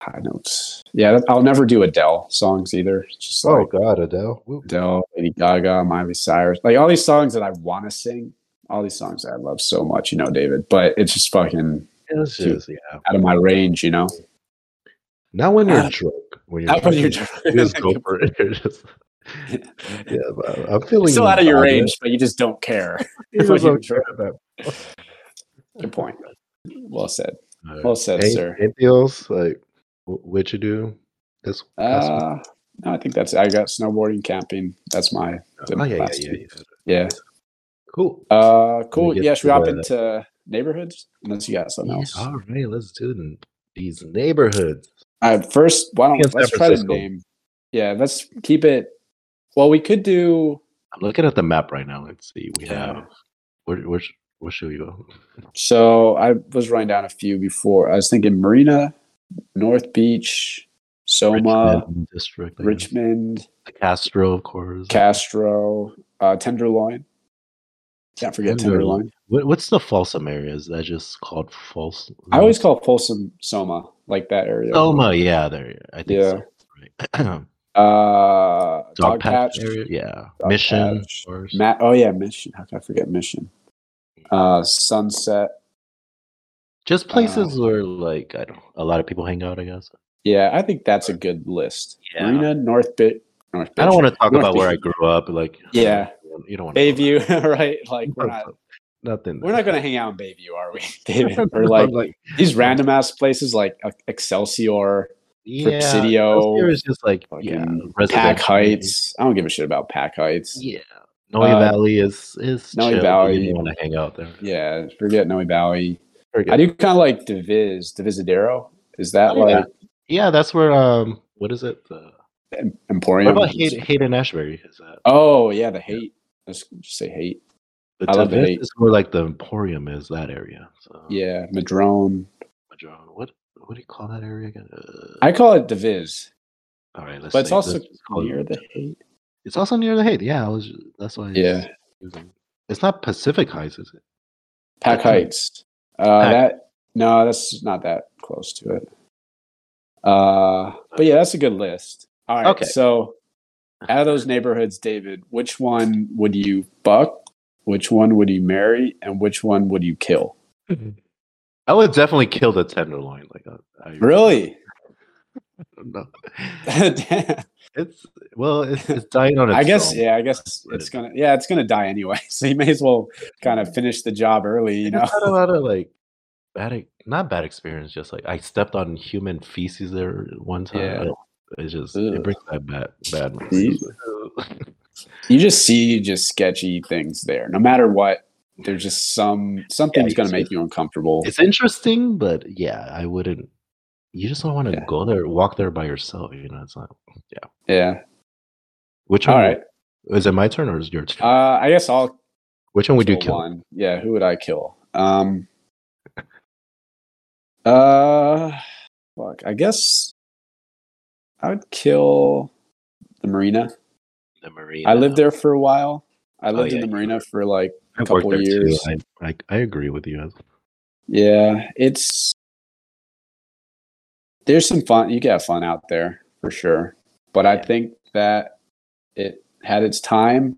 Speaker 1: High notes. Yeah, that- I'll never do Adele songs either. It's Just like
Speaker 2: Oh, God, Adele. Woo.
Speaker 1: Adele, Lady Gaga, Miley Cyrus. Like all these songs that I want to sing. All these songs that I love so much, you know, David. But it's just fucking
Speaker 2: It's
Speaker 1: Dude.
Speaker 2: just yeah.
Speaker 1: out of my range, you know.
Speaker 2: Not when you're
Speaker 1: Uh,
Speaker 2: drunk. When you're
Speaker 1: Not when you're
Speaker 2: drunk, you just
Speaker 1: *laughs*
Speaker 2: go
Speaker 1: drunk.
Speaker 2: for *laughs* it.
Speaker 1: *laughs*
Speaker 2: You're just yeah. but I'm feeling
Speaker 1: still out of your
Speaker 2: bad.
Speaker 1: range, but you just don't care.
Speaker 2: You
Speaker 1: when *laughs*
Speaker 2: just
Speaker 1: you're
Speaker 2: don't care about-
Speaker 1: Good point. Well said.
Speaker 2: All
Speaker 1: Well
Speaker 2: right.
Speaker 1: said,
Speaker 2: Any-
Speaker 1: sir.
Speaker 2: Anything else? Like wh- what you do? This. past week?
Speaker 1: Uh, no, I think that's. I got snowboarding, camping. That's my.
Speaker 2: oh yeah, yeah,
Speaker 1: last
Speaker 2: yeah,
Speaker 1: week.
Speaker 2: yeah.
Speaker 1: Yeah.
Speaker 2: Cool.
Speaker 1: Uh, cool.
Speaker 2: get
Speaker 1: Yeah, should
Speaker 2: to
Speaker 1: we hop
Speaker 2: the-
Speaker 1: into neighborhoods? Unless you got something
Speaker 2: Yeah,
Speaker 1: else. All
Speaker 2: all right, let's do n- these neighborhoods.
Speaker 1: right. First, why
Speaker 2: Yeah,
Speaker 1: don't
Speaker 2: San
Speaker 1: let's try to
Speaker 2: Francisco.
Speaker 1: name? Yeah, let's keep it. Well, we could do.
Speaker 2: I'm looking at the map right now. Let's see. We
Speaker 1: Yeah.
Speaker 2: have where where sh- where should we go?
Speaker 1: So I was writing down a few before. I was thinking Marina, North Beach, Soma,
Speaker 2: Richmond district, I guess.
Speaker 1: Richmond
Speaker 2: Castro, of course.
Speaker 1: Castro, uh, Tenderloin. Can't forget
Speaker 2: Tenderloin.
Speaker 1: Tenderloin.
Speaker 2: What, what's the Folsom area? Is that just called Folsom?
Speaker 1: I always call Folsom Soma, like that area.
Speaker 2: Soma. Yeah, there. I think
Speaker 1: Yeah.
Speaker 2: so. Right. *clears throat*
Speaker 1: uh,
Speaker 2: Dog
Speaker 1: Dog
Speaker 2: patch,
Speaker 1: Patch,
Speaker 2: area, yeah.
Speaker 1: Dog
Speaker 2: Mission.
Speaker 1: Patch,
Speaker 2: or-
Speaker 1: Ma- oh yeah, Mission. How could I forget Mission? Uh, Sunset. uh,
Speaker 2: Just places where like I don't, a lot of people hang out. I guess.
Speaker 1: Yeah, I think that's a good list.
Speaker 2: Yeah.
Speaker 1: Marina, North Bit, North
Speaker 2: I don't
Speaker 1: Bit-
Speaker 2: want to talk
Speaker 1: North
Speaker 2: about where I
Speaker 1: Beach.
Speaker 2: grew up. Like,
Speaker 1: Yeah.
Speaker 2: you don't want
Speaker 1: Bayview, *laughs* right? Like we're
Speaker 2: *laughs*
Speaker 1: not
Speaker 2: nothing.
Speaker 1: we're not gonna hang out in Bayview, are we? *laughs*
Speaker 2: *laughs*
Speaker 1: David? Or like these random ass places like Excelsior, Presidio,
Speaker 2: It was just like yeah,
Speaker 1: fucking Pack
Speaker 2: residential.
Speaker 1: Heights. I don't give a shit about Pack Heights.
Speaker 2: Yeah, Noe
Speaker 1: Uh,
Speaker 2: Valley is is
Speaker 1: Noe
Speaker 2: chill.
Speaker 1: Valley.
Speaker 2: You want to hang out there?
Speaker 1: Yeah, forget Noe Valley.
Speaker 2: Forget-
Speaker 1: I do kind of like Divis, Divisadero. Is that
Speaker 2: Oh, yeah.
Speaker 1: like
Speaker 2: Yeah, that's where um, what is it? The, what
Speaker 1: Emporium?
Speaker 2: about Hayden, Hayden Ashbury? Is that
Speaker 1: Oh yeah, the hate. Let's just say hate.
Speaker 2: the
Speaker 1: I love
Speaker 2: Tivis
Speaker 1: Hayden.
Speaker 2: is where like the Emporium is that area? So
Speaker 1: Yeah, Madrone.
Speaker 2: Madron. What what do you call that area again? Uh,
Speaker 1: I call it Divis,
Speaker 2: all right, let's
Speaker 1: but it's
Speaker 2: say-
Speaker 1: also
Speaker 2: let's just call it
Speaker 1: near
Speaker 2: Madron.
Speaker 1: the hate.
Speaker 2: It's also near the Haight. Yeah, I was. That's why. it's
Speaker 1: Yeah.
Speaker 2: confusing. It's not Pacific Heights, is it?
Speaker 1: Pack
Speaker 2: Okay.
Speaker 1: Heights. Uh,
Speaker 2: Pack.
Speaker 1: That no, that's not that close to it. Uh, but yeah, that's a good list. All right.
Speaker 2: Okay.
Speaker 1: So, out of those neighborhoods, David, which one would you fuck? Which one would you marry? And which one would you kill?
Speaker 2: I would definitely kill the tenderloin. Like I,
Speaker 1: *laughs*
Speaker 2: I
Speaker 1: Really?
Speaker 2: don't know. *laughs*
Speaker 1: Damn.
Speaker 2: It's well, it's, it's dying on its
Speaker 1: I guess.
Speaker 2: own.
Speaker 1: Yeah. I guess
Speaker 2: Right.
Speaker 1: it's gonna. Yeah, it's gonna die anyway. *laughs* So you may as well kind of finish the job early.
Speaker 2: *laughs*
Speaker 1: You know.
Speaker 2: I had a
Speaker 1: *laughs*
Speaker 2: lot of like bad, ex- not bad experience. Just like I stepped on human feces there one time.
Speaker 1: Yeah.
Speaker 2: I don't- It's just
Speaker 1: Ugh.
Speaker 2: it brings that bad bad. memories.
Speaker 1: you just see just sketchy things there no matter what there's just some something's
Speaker 2: it's-
Speaker 1: going to make you uncomfortable
Speaker 2: *laughs* it's interesting, but yeah, I wouldn't. You just don't want to
Speaker 1: Yeah.
Speaker 2: go there, walk there by yourself. You know, it's not.
Speaker 1: yeah
Speaker 2: Which
Speaker 1: all
Speaker 2: one?
Speaker 1: right
Speaker 2: Is it my turn or is it your turn?
Speaker 1: uh i guess i'll
Speaker 2: Which one would you
Speaker 1: kill
Speaker 2: kill?
Speaker 1: one yeah who would i kill um uh fuck i guess i would kill the marina
Speaker 2: The marine.
Speaker 1: i lived there for a while i lived
Speaker 2: Oh, yeah,
Speaker 1: in
Speaker 2: you
Speaker 1: the marina for like
Speaker 2: a
Speaker 1: couple years.
Speaker 2: Too. I, I I agree with you.
Speaker 1: yeah it's there's some fun you get fun out there for sure but i
Speaker 2: Yeah.
Speaker 1: think that it had its time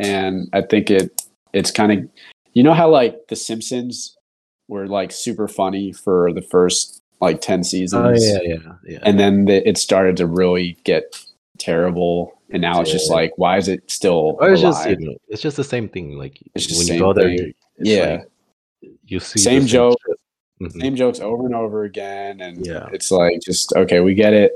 Speaker 1: and i think it it's kind of you know how like the simpsons were like super funny for the first like 10
Speaker 2: Oh
Speaker 1: seasons
Speaker 2: yeah, yeah, yeah.
Speaker 1: and then the, it started to really get terrible and now it's just
Speaker 2: Yeah.
Speaker 1: like why is it still
Speaker 2: Or it's just you
Speaker 1: alive?
Speaker 2: know, it's just the same thing. Like
Speaker 1: It's just
Speaker 2: when you
Speaker 1: same
Speaker 2: go there,
Speaker 1: thing.
Speaker 2: you- it's
Speaker 1: yeah
Speaker 2: like, you see the
Speaker 1: Same joke.
Speaker 2: shit. Mhm.
Speaker 1: same jokes over and over again and
Speaker 2: Yeah.
Speaker 1: it's like just okay we get it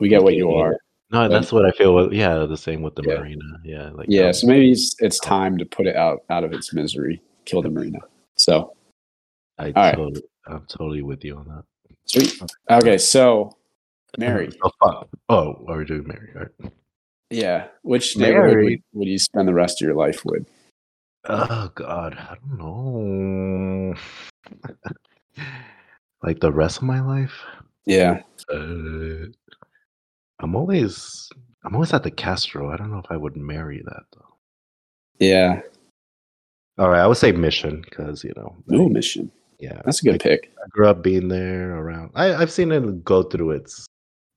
Speaker 1: we get what you
Speaker 2: Yeah.
Speaker 1: are
Speaker 2: No,
Speaker 1: but-
Speaker 2: that's what I feel. With, yeah, the same with the
Speaker 1: Yeah.
Speaker 2: marina. Yeah, like
Speaker 1: yeah
Speaker 2: um,
Speaker 1: so maybe it's, it's time to put it out out of its misery kill the marina so
Speaker 2: I
Speaker 1: right.
Speaker 2: totally, I'm totally with you on that.
Speaker 1: sweet okay so mary
Speaker 2: Oh, fuck. oh, are we doing Mary? All right.
Speaker 1: yeah which neighborhood would,
Speaker 2: Mary.
Speaker 1: would you spend the rest of your life with
Speaker 2: Oh God, I don't know. *laughs* like the rest of my life.
Speaker 1: yeah
Speaker 2: Uh, I'm always I'm always at the Castro. I don't know if I would marry that though.
Speaker 1: yeah
Speaker 2: All right, I would say Mission because you know,
Speaker 1: no
Speaker 2: like,
Speaker 1: mission
Speaker 2: yeah,
Speaker 1: that's a good
Speaker 2: like,
Speaker 1: pick
Speaker 2: I grew up being there around. I I've seen it go through its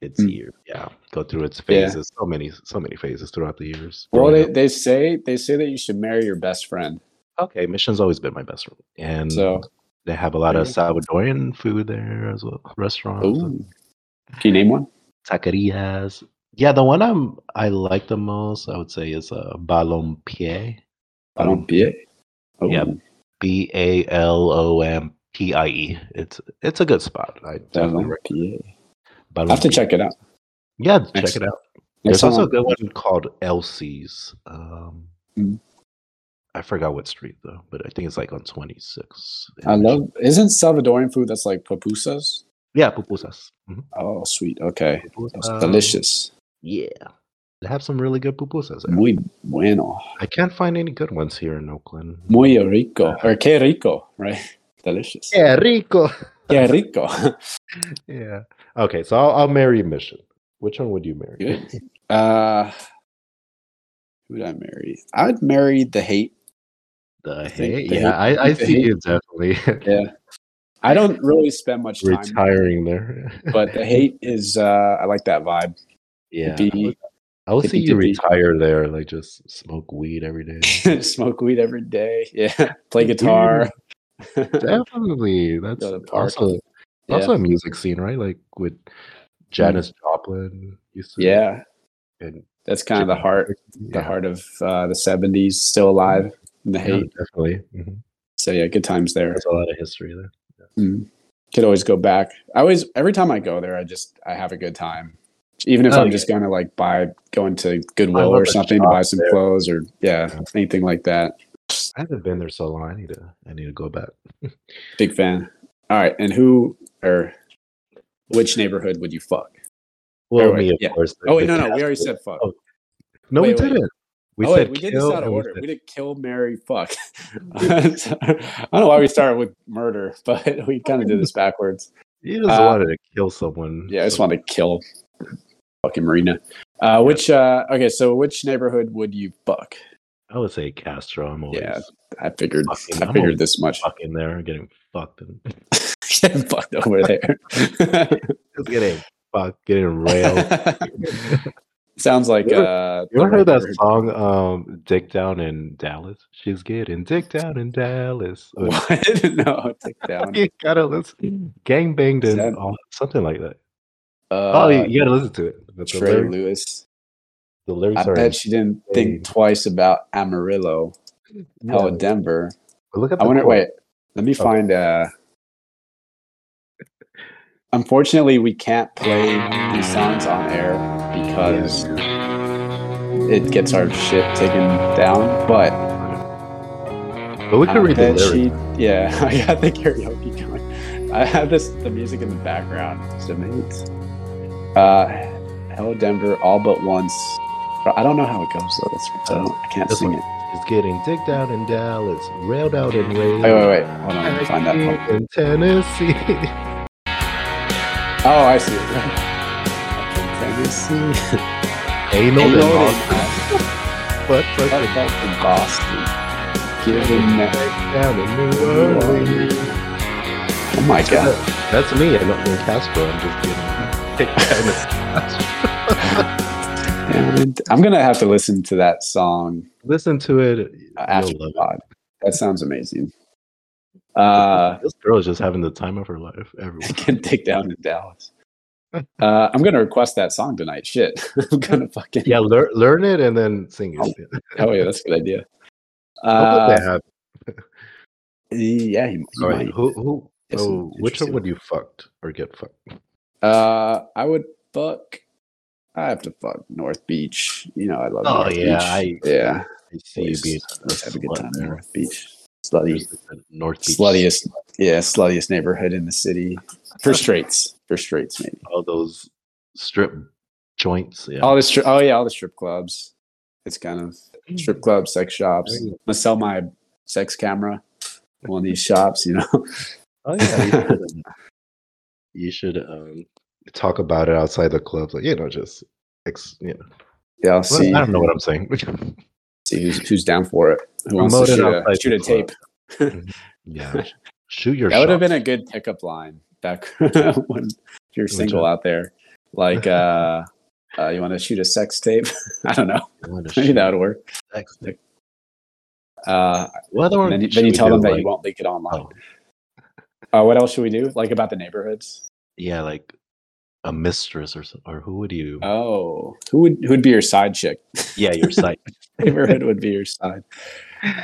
Speaker 2: its
Speaker 1: Mm.
Speaker 2: year, yeah, go through its
Speaker 1: Yeah.
Speaker 2: phases. So many so many phases throughout the years.
Speaker 1: well
Speaker 2: growing
Speaker 1: they, they say they say that you should marry your best friend
Speaker 2: up. okay, Mission's always been my best friend, and
Speaker 1: so
Speaker 2: they have a lot of
Speaker 1: Yeah.
Speaker 2: Salvadorian food there as well, restaurants. and-
Speaker 1: ooh. can you name one?
Speaker 2: taquerias. Yeah, the one I'm I like the most, I would say, is uh, Balompié.
Speaker 1: i don't be it oh
Speaker 2: Um, Yeah. B A L O M P I E. It's it's a good spot. I definitely
Speaker 1: Balompié.
Speaker 2: recommend.
Speaker 1: i have to
Speaker 2: Balompié.
Speaker 1: check it out
Speaker 2: Yeah, check
Speaker 1: Next-
Speaker 2: it out.
Speaker 1: Next
Speaker 2: There's also a
Speaker 1: time
Speaker 2: good one called Elsie's. Um,
Speaker 1: Mm.
Speaker 2: I forgot what street though, but I think it's like on 26.
Speaker 1: I
Speaker 2: in Mission.
Speaker 1: love isn't Salvadorian food that's like pupusas?
Speaker 2: Yeah, pupusas. Mhm.
Speaker 1: Oh, sweet. Okay. That's
Speaker 2: Pupusas.
Speaker 1: delicious.
Speaker 2: Yeah, they have some really good pupusas. There.
Speaker 1: Muy bueno.
Speaker 2: I can't find any good ones here in Oakland.
Speaker 1: Muy rico. Or que rico, right? *laughs* Delicious.
Speaker 2: Yeah, rico. *laughs*
Speaker 1: Que rico. *laughs*
Speaker 2: Yeah. Okay, so I'll, I'll marry Mission. Which one would you marry?
Speaker 1: Good. Uh who would I marry? I would marry the hate.
Speaker 2: *laughs* The
Speaker 1: think
Speaker 2: hate.
Speaker 1: the
Speaker 2: Yeah,
Speaker 1: hate-
Speaker 2: I, I
Speaker 1: the
Speaker 2: see
Speaker 1: hate.
Speaker 2: you
Speaker 1: *laughs*
Speaker 2: *laughs* definitely
Speaker 1: Yeah. I don't really spend much time,
Speaker 2: retiring there.
Speaker 1: but the hate is uh I like that vibe.
Speaker 2: *laughs* yeah,
Speaker 1: be- *laughs*
Speaker 2: I will see you retire there, like just smoke weed every day.
Speaker 1: Smoke weed every day. *laughs* Yeah. Play guitar.
Speaker 2: Definitely, that's
Speaker 1: to the park.
Speaker 2: also
Speaker 1: Yeah. Mm-hmm.
Speaker 2: also a music scene, right? Like with Janis Joplin used to,
Speaker 1: yeah.
Speaker 2: and
Speaker 1: That's kind of the heart, the
Speaker 2: yeah,
Speaker 1: heart of uh, the 70s, still alive in the
Speaker 2: yeah,
Speaker 1: hate.
Speaker 2: definitely. Mhm.
Speaker 1: So, yeah, good times there.
Speaker 2: There's a lot of history there.
Speaker 1: Mm. Could always go back. I always every time I go there, I just I have a good time. Even if
Speaker 2: Oh,
Speaker 1: I'm
Speaker 2: yeah.
Speaker 1: just gonna like buy going to
Speaker 2: I
Speaker 1: Goodwill
Speaker 2: love
Speaker 1: or
Speaker 2: the
Speaker 1: something to buy
Speaker 2: shop
Speaker 1: some
Speaker 2: there.
Speaker 1: clothes or yeah,
Speaker 2: Yeah.
Speaker 1: anything like that.
Speaker 2: I haven't been there so long. I need to. I need to go back.
Speaker 1: Big fan. All right, and who or which neighborhood would you fuck?
Speaker 2: Well,
Speaker 1: wait,
Speaker 2: me of
Speaker 1: yeah.
Speaker 2: course.
Speaker 1: Oh wait,
Speaker 2: the
Speaker 1: no, no, we already said
Speaker 2: casket.
Speaker 1: fuck.
Speaker 2: Oh, No,
Speaker 1: wait,
Speaker 2: we
Speaker 1: wait.
Speaker 2: didn't. We
Speaker 1: oh
Speaker 2: said
Speaker 1: wait, we did this
Speaker 2: kill
Speaker 1: out of
Speaker 2: and we
Speaker 1: order.
Speaker 2: said-
Speaker 1: We did kill, Mary,
Speaker 2: *laughs*
Speaker 1: fuck. *laughs* I don't know why we started with murder, *laughs* but we kind of did this backwards.
Speaker 2: You just
Speaker 1: Uh,
Speaker 2: wanted to kill someone.
Speaker 1: Yeah, I just
Speaker 2: so-
Speaker 1: wanted to kill fucking Marina. Uh, which uh, okay, so which neighborhood would you fuck?
Speaker 2: I would say Castro. I'm always
Speaker 1: Yeah. I figured
Speaker 2: Fucking
Speaker 1: I
Speaker 2: I'm
Speaker 1: figured
Speaker 2: a-
Speaker 1: this much. *laughs*
Speaker 2: fucking there, getting fucked, and *laughs*
Speaker 1: Getting fucked over there. *laughs*
Speaker 2: just getting fucked,
Speaker 1: *laughs*
Speaker 2: getting railed. *laughs*
Speaker 1: Sounds like
Speaker 2: You ever-
Speaker 1: uh
Speaker 2: You
Speaker 1: the
Speaker 2: ever heard that
Speaker 1: record-
Speaker 2: song, um, "Dick Down in Dallas"? She's getting dick down
Speaker 1: *laughs*
Speaker 2: in Dallas. Or *laughs*
Speaker 1: What? no, take that one.
Speaker 2: you
Speaker 1: *clears throat*
Speaker 2: gotta listen. Gang banged
Speaker 1: Is
Speaker 2: in
Speaker 1: that-
Speaker 2: all- something like that.
Speaker 1: Uh,
Speaker 2: Oh, you, you gotta listen to it. But The,
Speaker 1: Trey
Speaker 2: lyrics,
Speaker 1: Lewis.
Speaker 2: the lyrics
Speaker 1: I
Speaker 2: are.
Speaker 1: bet she didn't think
Speaker 2: insane.
Speaker 1: twice about Amarillo.
Speaker 2: yeah,
Speaker 1: Hello, Denver.
Speaker 2: but look at
Speaker 1: I
Speaker 2: the
Speaker 1: wonder.
Speaker 2: quote.
Speaker 1: Wait, let me find. uh Unfortunately, we can't play these songs on air because it gets our shit taken down. But
Speaker 2: But we
Speaker 1: I
Speaker 2: could read the
Speaker 1: bet
Speaker 2: lyrics.
Speaker 1: she- yeah, *laughs* I got the karaoke going. I had this the music in the background. So maybe it's uh, "Hello Denver" all but once. I don't know how it goes though. That's, I, don't, I can't
Speaker 2: This
Speaker 1: sing
Speaker 2: one.
Speaker 1: it.
Speaker 2: She's getting dicked out in Dallas, railed out in railed.
Speaker 1: Wait, wait, wait. Hold on,
Speaker 2: *laughs*
Speaker 1: let me find that part.
Speaker 2: In Tennessee. *laughs*
Speaker 1: Oh, I see. *laughs* Tennessee,
Speaker 2: Anal and Austin. But but-
Speaker 1: What about in Boston? Given that.
Speaker 2: down in New Orleans.
Speaker 1: Oh my god.
Speaker 2: That's me and not Castro. I'm just kidding. Dicked down in Dallas.
Speaker 1: And I'm gonna have to listen to that song
Speaker 2: Listen to it.
Speaker 1: after the
Speaker 2: You'll love
Speaker 1: pod.
Speaker 2: it.
Speaker 1: That sounds amazing. Uh, *laughs*
Speaker 2: This girl is just having the time of her life. Everyone.
Speaker 1: can take down in
Speaker 2: *laughs*
Speaker 1: Dallas. Uh, I'm gonna request that song tonight. Shit, *laughs* I'm gonna fucking.
Speaker 2: Yeah, lear, learn it and then sing *laughs* it.
Speaker 1: Oh yeah, that's a good idea.
Speaker 2: How
Speaker 1: Uh,
Speaker 2: would that happen?
Speaker 1: yeah, you, you
Speaker 2: All right,
Speaker 1: might.
Speaker 2: who, who,
Speaker 1: It's an
Speaker 2: oh, which one
Speaker 1: interesting
Speaker 2: would you fucked or get fucked?
Speaker 1: Uh, I would fuck. I have to fuck North Beach. You know, I love.
Speaker 2: Oh,
Speaker 1: North
Speaker 2: yeah,
Speaker 1: Beach.
Speaker 2: I-
Speaker 1: yeah.
Speaker 2: I see you
Speaker 1: Always-
Speaker 2: being
Speaker 1: Let's have a good
Speaker 2: slut
Speaker 1: time in
Speaker 2: there.
Speaker 1: North Beach. Slutty,
Speaker 2: There's the North Beach.
Speaker 1: sluttiest. Yeah, sluttiest neighborhood in the city for straights. For straights, maybe.
Speaker 2: All those strip joints. Yeah.
Speaker 1: All the strip. Oh yeah, all the strip clubs. It's kind of
Speaker 2: Mm.
Speaker 1: strip clubs, sex shops.
Speaker 2: There you
Speaker 1: I'm gonna sell my sex camera in one of these shops, you know. *laughs*
Speaker 2: Oh yeah, you should, um, you should um, talk about it outside the club, like you know, just ex- you know.
Speaker 1: Yeah, I'll
Speaker 2: Well,
Speaker 1: see,
Speaker 2: I don't know what I'm saying. *laughs*
Speaker 1: see who's, who's down for it. Who wants to
Speaker 2: Promote it
Speaker 1: shoot a,
Speaker 2: outside
Speaker 1: shoot
Speaker 2: the
Speaker 1: a tape?
Speaker 2: yeah, sh- shoot your
Speaker 1: That would have
Speaker 2: shot.
Speaker 1: been a good pickup line back *laughs* when if you're single out there.
Speaker 2: *laughs*
Speaker 1: Like, uh, uh, you want to shoot a sex tape? *laughs* I don't know.
Speaker 2: You wanna
Speaker 1: Maybe *laughs*
Speaker 2: shoot
Speaker 1: that would work.
Speaker 2: sex tape.
Speaker 1: Uh,
Speaker 2: What other
Speaker 1: and
Speaker 2: one?
Speaker 1: then you,
Speaker 2: should
Speaker 1: then you
Speaker 2: we
Speaker 1: tell
Speaker 2: do,
Speaker 1: them that
Speaker 2: like-
Speaker 1: you won't leak it online.
Speaker 2: oh,
Speaker 1: Uh, what else should we do? Like about the neighborhoods?
Speaker 2: yeah, like a mistress or so, or who would you?
Speaker 1: Oh, who would who would be your side
Speaker 2: *laughs*
Speaker 1: chick? *laughs*
Speaker 2: yeah, your side.
Speaker 1: neighborhood would be your side.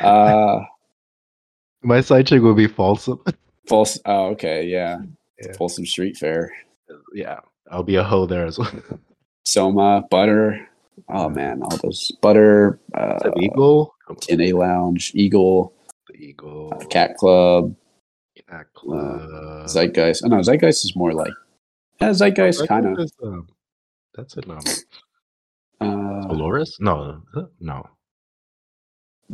Speaker 1: Uh,
Speaker 2: My side chick would be *laughs* Folsom.
Speaker 1: Folsom. Oh, okay, yeah.
Speaker 2: Yeah.
Speaker 1: Folsom Street Fair,
Speaker 2: yeah, I'll be a hoe there as well.
Speaker 1: Soma, Butter. Oh man, all those Butter, uh,
Speaker 2: An eagle. Come on,
Speaker 1: NA Lounge, Eagle,
Speaker 2: the eagle.
Speaker 1: uh, Cat Club,
Speaker 2: Cat club.
Speaker 1: Zeitgeist. Oh no, Zeitgeist is more like yeah, Zeitgeist
Speaker 2: That
Speaker 1: kind
Speaker 2: one
Speaker 1: of.
Speaker 2: is, um, that's it. Um,
Speaker 1: Uh,
Speaker 2: Dolores? No, uh, no.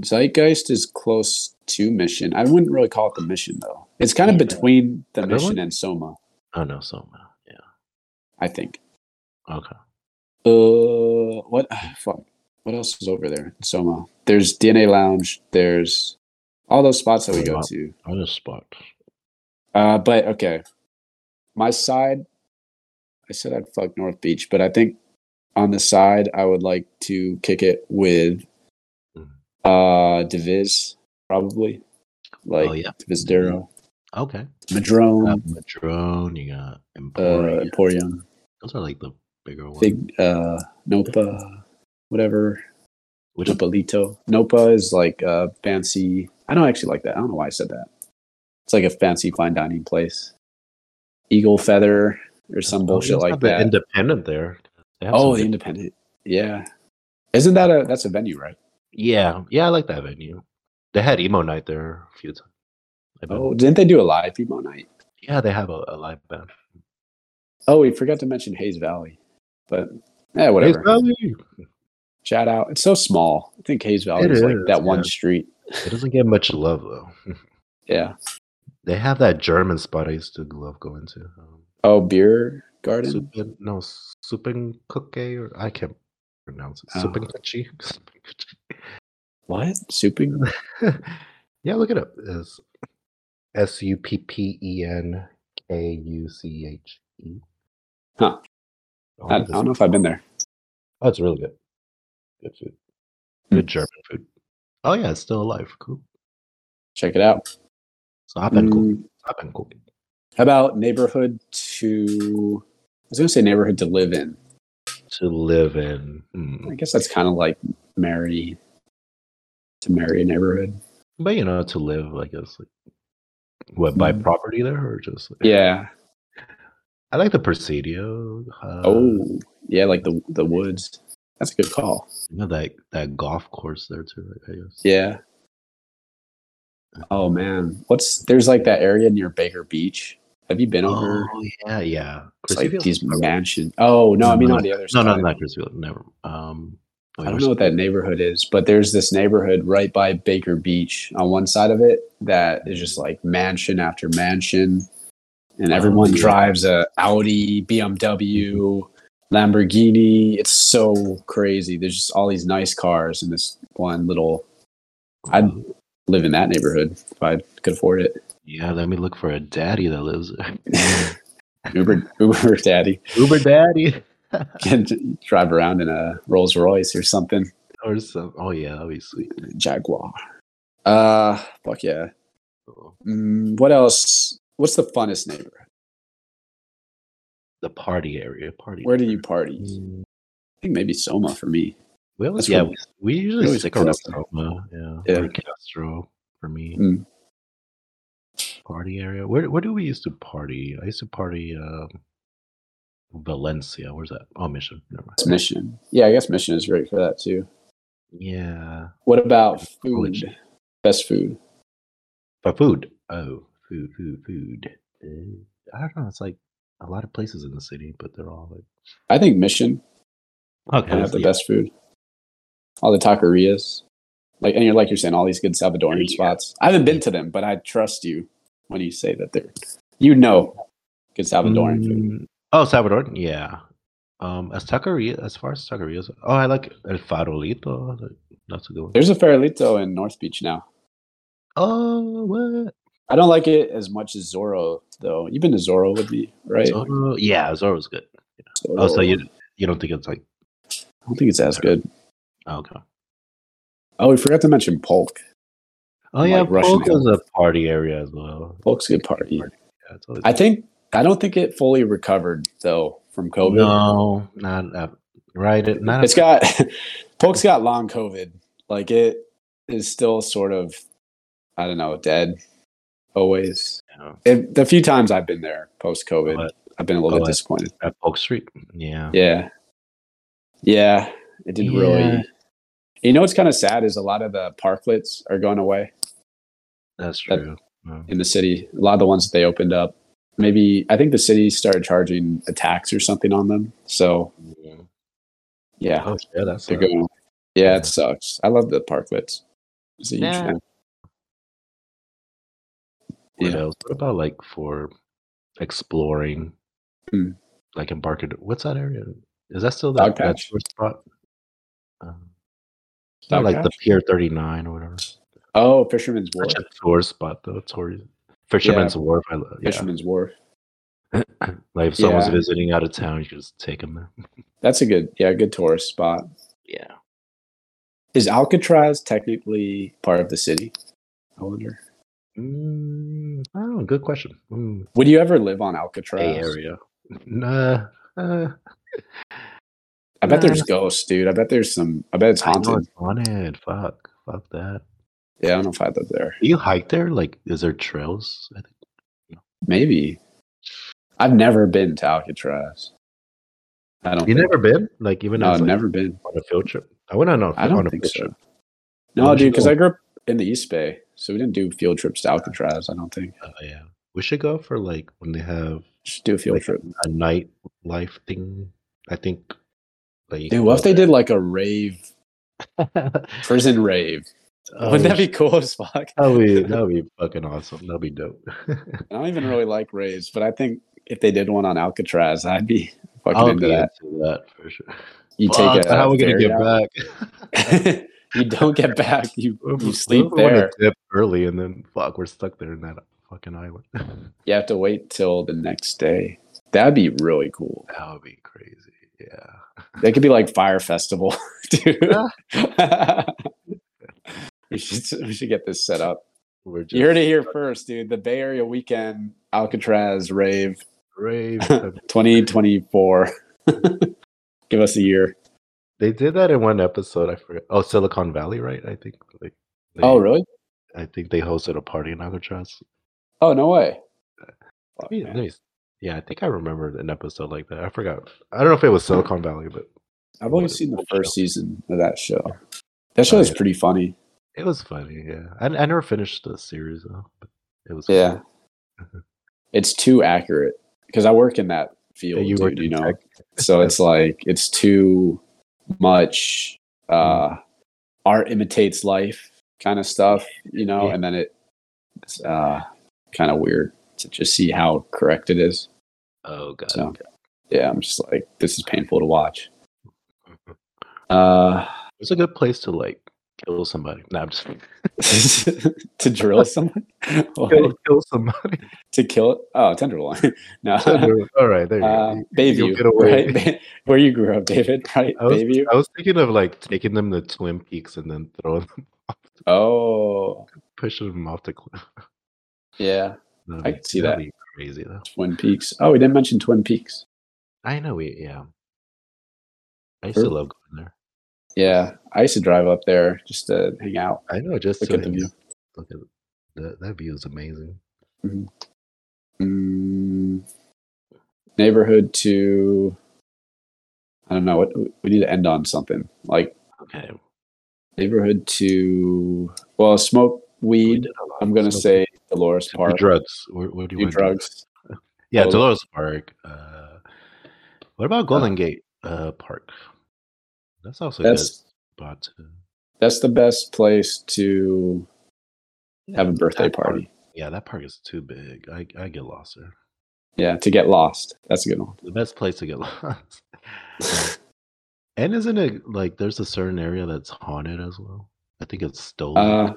Speaker 1: Zeitgeist is close to Mission. I wouldn't really call it the Mission though. It's kind of
Speaker 2: Yeah.
Speaker 1: between the
Speaker 2: Another
Speaker 1: Mission
Speaker 2: one?
Speaker 1: and Soma,
Speaker 2: Oh no, Soma. Yeah.
Speaker 1: I think.
Speaker 2: Okay.
Speaker 1: Uh, what? *sighs* Fuck. What else is over there? in Soma. There's DNA Lounge. There's all those spots that we go to.
Speaker 2: On the spot.
Speaker 1: Uh, but okay, my side. I said I'd fuck North Beach, but I think on the side, I would like to kick it with
Speaker 2: Mm.
Speaker 1: uh Diviz, probably. Like
Speaker 2: Oh, yeah.
Speaker 1: Divisadero.
Speaker 2: Okay. Uh,
Speaker 1: Madrone,
Speaker 2: Madrone, you got
Speaker 1: uh
Speaker 2: Emporia.
Speaker 1: Emporium,
Speaker 2: Those are like the bigger ones.
Speaker 1: Fig uh Nopa, whatever.
Speaker 2: Which is
Speaker 1: Nopalito. Nopa is like uh fancy I don't actually like that. I don't know why I said that. It's like a fancy fine dining place. Eagle feather or some bullshit like
Speaker 2: Oh, the
Speaker 1: that.
Speaker 2: Independent there. They have
Speaker 1: oh,
Speaker 2: some
Speaker 1: the
Speaker 2: good-
Speaker 1: independent. Yeah. Isn't that a that's a venue, right?
Speaker 2: yeah, yeah, I like that venue. They had emo night there a few times. I've been-
Speaker 1: Oh, didn't they do a live emo night?
Speaker 2: yeah, they have a, a live band.
Speaker 1: Oh, we forgot to mention Hayes Valley, but yeah,
Speaker 2: Hey,
Speaker 1: whatever.
Speaker 2: Sally!
Speaker 1: Shout out. It's so small. I think Hayes Valley
Speaker 2: It
Speaker 1: is, like
Speaker 2: is,
Speaker 1: that one
Speaker 2: yeah.
Speaker 1: street.
Speaker 2: It doesn't get much love though.
Speaker 1: Yeah.
Speaker 2: They have that German spot I used to love going to. Um,
Speaker 1: Oh, beer garden.
Speaker 2: Suppen, no, Suppenkooke, or I can't pronounce it.
Speaker 1: Oh.
Speaker 2: Suppenkuchi. *laughs*
Speaker 1: What? Souping?
Speaker 2: yeah, look it up. It's S U P P E N K U C H E.
Speaker 1: Huh.
Speaker 2: Oh,
Speaker 1: I, I
Speaker 2: this-
Speaker 1: don't know if I've been there.
Speaker 2: Oh, it's really good. Good food.
Speaker 1: Hmm.
Speaker 2: Good German food. Oh yeah, it's still alive. Cool.
Speaker 1: Check it out.
Speaker 2: So I've been cooking.
Speaker 1: Mm,
Speaker 2: I've been cooking.
Speaker 1: How about neighborhood to? I was gonna say neighborhood to live in.
Speaker 2: To live in. Hmm.
Speaker 1: I guess that's kind of like marry to marry a neighborhood.
Speaker 2: But you know, to live, I guess. Like, what buy
Speaker 1: Mm.
Speaker 2: property there or just? Like,
Speaker 1: Yeah.
Speaker 2: I like the Presidio. Uh,
Speaker 1: Oh, yeah, like the the woods. That's a good call.
Speaker 2: you know that that golf course there too. I guess.
Speaker 1: Yeah. Oh man, what's there's like that area near Baker Beach. Have you been over?
Speaker 2: Oh yeah, yeah.
Speaker 1: It's like
Speaker 2: Cressevia's
Speaker 1: these
Speaker 2: not-
Speaker 1: mansions. Oh no, I mean
Speaker 2: No,
Speaker 1: on the other
Speaker 2: No,
Speaker 1: side.
Speaker 2: no, not Cressevia's. Never. Um, wait,
Speaker 1: I don't
Speaker 2: where's-
Speaker 1: know what that neighborhood is, but there's this neighborhood right by Baker Beach on one side of it that is just like mansion after mansion, and
Speaker 2: Oh,
Speaker 1: everyone
Speaker 2: yeah.
Speaker 1: drives a Audi, BMW, Lamborghini. It's so crazy. There's just all these nice cars in this one little. I'd live in that neighborhood if I could afford it.
Speaker 2: Yeah, let me look for a daddy that lives there.
Speaker 1: *laughs* Uber Uber daddy *laughs*
Speaker 2: Uber daddy
Speaker 1: can d- drive around in a Rolls Royce or something
Speaker 2: *laughs* or some. Oh yeah, that'd be sweet.
Speaker 1: Jaguar. Uh, fuck yeah.
Speaker 2: Oh.
Speaker 1: Mm, what else? What's the funnest neighborhood?
Speaker 2: The party area, party.
Speaker 1: Where do you party?
Speaker 2: Mm,
Speaker 1: I think maybe Soma for me.
Speaker 2: We always,
Speaker 1: That's
Speaker 2: yeah,
Speaker 1: where-
Speaker 2: we, we usually
Speaker 1: we always
Speaker 2: stick
Speaker 1: put
Speaker 2: around
Speaker 1: us there.
Speaker 2: Roma, yeah,
Speaker 1: Yeah.
Speaker 2: or Castro for me.
Speaker 1: Mm.
Speaker 2: Party area. Where where do we used to party? I used to party um, Valencia. Where's that? Oh, Mission. Never mind.
Speaker 1: It's Mission. Yeah, I guess Mission is great for that too.
Speaker 2: Yeah,
Speaker 1: What about food?
Speaker 2: College.
Speaker 1: Best food.
Speaker 2: but food. Oh, food, food, food. Uh, I don't know. It's like a lot of places in the city, but they're all like
Speaker 1: I think Mission
Speaker 2: okay.
Speaker 1: can have the
Speaker 2: yeah.
Speaker 1: best food. All the taquerias. Like and you're like you're saying all these good Salvadorian
Speaker 2: Yeah.
Speaker 1: spots. I haven't been to them, but I trust you when you say that they're you know good Salvadoran food.
Speaker 2: Mm, Oh, Salvadoran, yeah. Um, as taqueria, as far as taquerias, oh, I like El Farolito. That's a good one.
Speaker 1: There's a Farolito in North Beach now.
Speaker 2: Oh, what?
Speaker 1: I don't like it as much as Zorro though. You've been to Zorro with me, right?
Speaker 2: Zorro, yeah, Zorro's good. Oh, so
Speaker 1: Zorro.
Speaker 2: you you don't think it's like
Speaker 1: I don't think it's as good.
Speaker 2: oh, okay?
Speaker 1: Oh, we forgot to mention Polk.
Speaker 2: Oh
Speaker 1: Like
Speaker 2: yeah,
Speaker 1: Russian
Speaker 2: Polk is a party area as well.
Speaker 1: Polk's a good party.
Speaker 2: Yeah, it's always,
Speaker 1: I think I don't think it fully recovered though from COVID.
Speaker 2: no, not uh, right. it- Not
Speaker 1: It's got *laughs* Polk's got long COVID. Like it is still sort of I don't know, dead always.
Speaker 2: Yeah.
Speaker 1: It, the few times I've been there post COVID,
Speaker 2: But
Speaker 1: I've been a little
Speaker 2: Oh,
Speaker 1: bit
Speaker 2: it-
Speaker 1: disappointed.
Speaker 2: at Polk Street. Yeah,
Speaker 1: Yeah. Yeah. It didn't
Speaker 2: Yeah.
Speaker 1: really you know what's kind of sad is a lot of the parklets are going away.
Speaker 2: that's
Speaker 1: that-
Speaker 2: true. Yeah.
Speaker 1: in the city. A lot of the ones that they opened up, maybe I think the city started charging a tax or something on them. So yeah,
Speaker 2: Oh yeah, that's
Speaker 1: they're
Speaker 2: a-
Speaker 1: going. Yeah, it sucks. I love the parklets. It's a huge
Speaker 2: Yeah.
Speaker 1: fan.
Speaker 2: What
Speaker 1: Yeah.
Speaker 2: else? What about like for exploring,
Speaker 1: Hmm.
Speaker 2: like embarking? What's that area? Is that still
Speaker 1: Dog
Speaker 2: that, that
Speaker 1: patch.
Speaker 2: tourist spot? Um,
Speaker 1: Dog
Speaker 2: not like the
Speaker 1: patch?
Speaker 2: Pier Thirty Nine or whatever.
Speaker 1: Oh, Fisherman's Wharf.
Speaker 2: Such a tourist spot though. Tourist Fisherman's Wharf. I love. Yeah.
Speaker 1: Fisherman's Wharf.
Speaker 2: like if someone's
Speaker 1: Yeah.
Speaker 2: visiting out of town, you can just take them there.
Speaker 1: That's a good, yeah, good tourist spot.
Speaker 2: Yeah.
Speaker 1: Is Alcatraz technically part of the city? I wonder.
Speaker 2: Mm, I don't know. Good question. Mm,
Speaker 1: Would you ever live on Alcatraz?
Speaker 2: Bay Area. *laughs* Nah. Uh,
Speaker 1: I bet
Speaker 2: Nah.
Speaker 1: there's ghosts, dude. I bet there's some. I bet it's
Speaker 2: I know
Speaker 1: haunted.
Speaker 2: it's haunted. Fuck. Fuck that.
Speaker 1: Yeah, I don't know if I'd live there.
Speaker 2: Do you hike there? Like, is there trails? I think.
Speaker 1: Maybe. I've never been to Alcatraz. I don't.
Speaker 2: You
Speaker 1: think-
Speaker 2: never been? Like, even
Speaker 1: no,
Speaker 2: as,
Speaker 1: I've
Speaker 2: like,
Speaker 1: never been.
Speaker 2: on a field trip. I went on a,
Speaker 1: I don't
Speaker 2: on a
Speaker 1: think
Speaker 2: field
Speaker 1: so.
Speaker 2: trip.
Speaker 1: No,
Speaker 2: Where'd you
Speaker 1: dude, because
Speaker 2: go?
Speaker 1: I grew up in the East Bay, so we didn't do field trips to Alcatraz. I don't think.
Speaker 2: Oh, yeah. We should go for like when they have
Speaker 1: Just do a field
Speaker 2: Like-
Speaker 1: trip,
Speaker 2: a night life thing. I think. Like, you
Speaker 1: dude.
Speaker 2: can
Speaker 1: What
Speaker 2: go
Speaker 1: if they *laughs*
Speaker 2: there.
Speaker 1: did like a rave, prison rave?
Speaker 2: oh,
Speaker 1: Wouldn't that be cool as fuck?
Speaker 2: *laughs*
Speaker 1: *laughs*
Speaker 2: That'd be, that'd be fucking awesome. That'd be dope. *laughs*
Speaker 1: I don't even really like raves, but I think if they did one on Alcatraz, I'd be fucking
Speaker 2: I'll
Speaker 1: into
Speaker 2: be
Speaker 1: that.
Speaker 2: into that for sure.
Speaker 1: You
Speaker 2: Fuck,
Speaker 1: take a
Speaker 2: how are we gonna
Speaker 1: ferry
Speaker 2: get
Speaker 1: out. *laughs*
Speaker 2: back? *laughs*
Speaker 1: you don't get back. You you
Speaker 2: Whoever-
Speaker 1: sleep
Speaker 2: whoever wanna
Speaker 1: there.
Speaker 2: Dip early and then fuck, we're stuck there in that fucking island. *laughs* that
Speaker 1: You have to wait till the next day. That'd be really cool.
Speaker 2: would be crazy. Yeah.
Speaker 1: That could be like Fire Festival, *laughs* dude. *laughs* we, should, we should get this set up.
Speaker 2: We're just
Speaker 1: You heard it here first, dude. The Bay Area weekend Alcatraz rave
Speaker 2: brave.
Speaker 1: *laughs* 2024. *laughs* Give us a year.
Speaker 2: they did that in one episode. I forget. Oh, Silicon Valley, right? I think. Like, they,
Speaker 1: Oh, really?
Speaker 2: I think they hosted a party in Alcatraz.
Speaker 1: Oh, no way.
Speaker 2: I
Speaker 1: Fuck,
Speaker 2: mean,
Speaker 1: man.
Speaker 2: let me s- yeah, I think I remembered an episode like that. I forgot. I don't know if it was Silicon Valley, but
Speaker 1: I've only
Speaker 2: What-
Speaker 1: seen the
Speaker 2: what
Speaker 1: first
Speaker 2: show?
Speaker 1: season of that show. That show is
Speaker 2: yeah.
Speaker 1: pretty funny.
Speaker 2: it was funny. Yeah, I, I never finished the series though. But it was
Speaker 1: Yeah.
Speaker 2: fun.
Speaker 1: It's too accurate because I work in that
Speaker 2: Yeah,
Speaker 1: field,
Speaker 2: you
Speaker 1: dude,
Speaker 2: worked
Speaker 1: you
Speaker 2: in
Speaker 1: know.
Speaker 2: tech.
Speaker 1: so it's like it's too much uh art imitates life kind of stuff you know
Speaker 2: Yeah.
Speaker 1: and then it, it's uh kind of weird to just see how correct it is
Speaker 2: Oh god.
Speaker 1: so yeah i'm just like this is painful to
Speaker 2: *laughs*
Speaker 1: watch uh *laughs*
Speaker 2: It's a good place to like kill somebody. No, I'm just *laughs*
Speaker 1: to drill someone *laughs*
Speaker 2: kill, kill somebody. *laughs*
Speaker 1: to kill it oh tenderloin *laughs* no
Speaker 2: All right, there you
Speaker 1: uh,
Speaker 2: go.
Speaker 1: bayview
Speaker 2: get away.
Speaker 1: right *laughs* Bay- where you grew up david right
Speaker 2: I was, *laughs*
Speaker 1: bayview
Speaker 2: I was thinking of like taking them to Twin Peaks and then throwing them, *laughs*
Speaker 1: oh
Speaker 2: pushing them off the cliff.
Speaker 1: yeah
Speaker 2: That'd
Speaker 1: I
Speaker 2: be-
Speaker 1: could see
Speaker 2: that'd
Speaker 1: that.
Speaker 2: be crazy though.
Speaker 1: twin peaks oh we didn't mention twin peaks
Speaker 2: I know. We yeah. I used to
Speaker 1: Sure.
Speaker 2: love going there.
Speaker 1: Yeah, I used to drive up there just to hang out.
Speaker 2: I know. Just
Speaker 1: Look
Speaker 2: to
Speaker 1: at the
Speaker 2: hang
Speaker 1: view.
Speaker 2: out. Look at that. That view is amazing.
Speaker 1: Mm, neighborhood to, I don't know. What we need to end on something like
Speaker 2: Okay.
Speaker 1: neighborhood to. Well, smoke
Speaker 2: we
Speaker 1: weed.
Speaker 2: did a lot
Speaker 1: I'm
Speaker 2: of
Speaker 1: gonna
Speaker 2: stuff.
Speaker 1: say Dolores
Speaker 2: Do
Speaker 1: Park.
Speaker 2: drugs. Where, where do you
Speaker 1: Do
Speaker 2: want
Speaker 1: drugs.
Speaker 2: Yeah,
Speaker 1: Well-
Speaker 2: Dolores Park. Uh, what about Golden Gate uh, Park? That's also a good
Speaker 1: That's
Speaker 2: spot. To,
Speaker 1: that's the best place to have a birthday
Speaker 2: that park-
Speaker 1: party.
Speaker 2: Yeah, that park is too big. I, I get lost there.
Speaker 1: Yeah, to get lost. That's a good one.
Speaker 2: The best place to get *laughs* lost. and isn't it like there's a certain area that's haunted as well? I think it's stolen.
Speaker 1: Uh,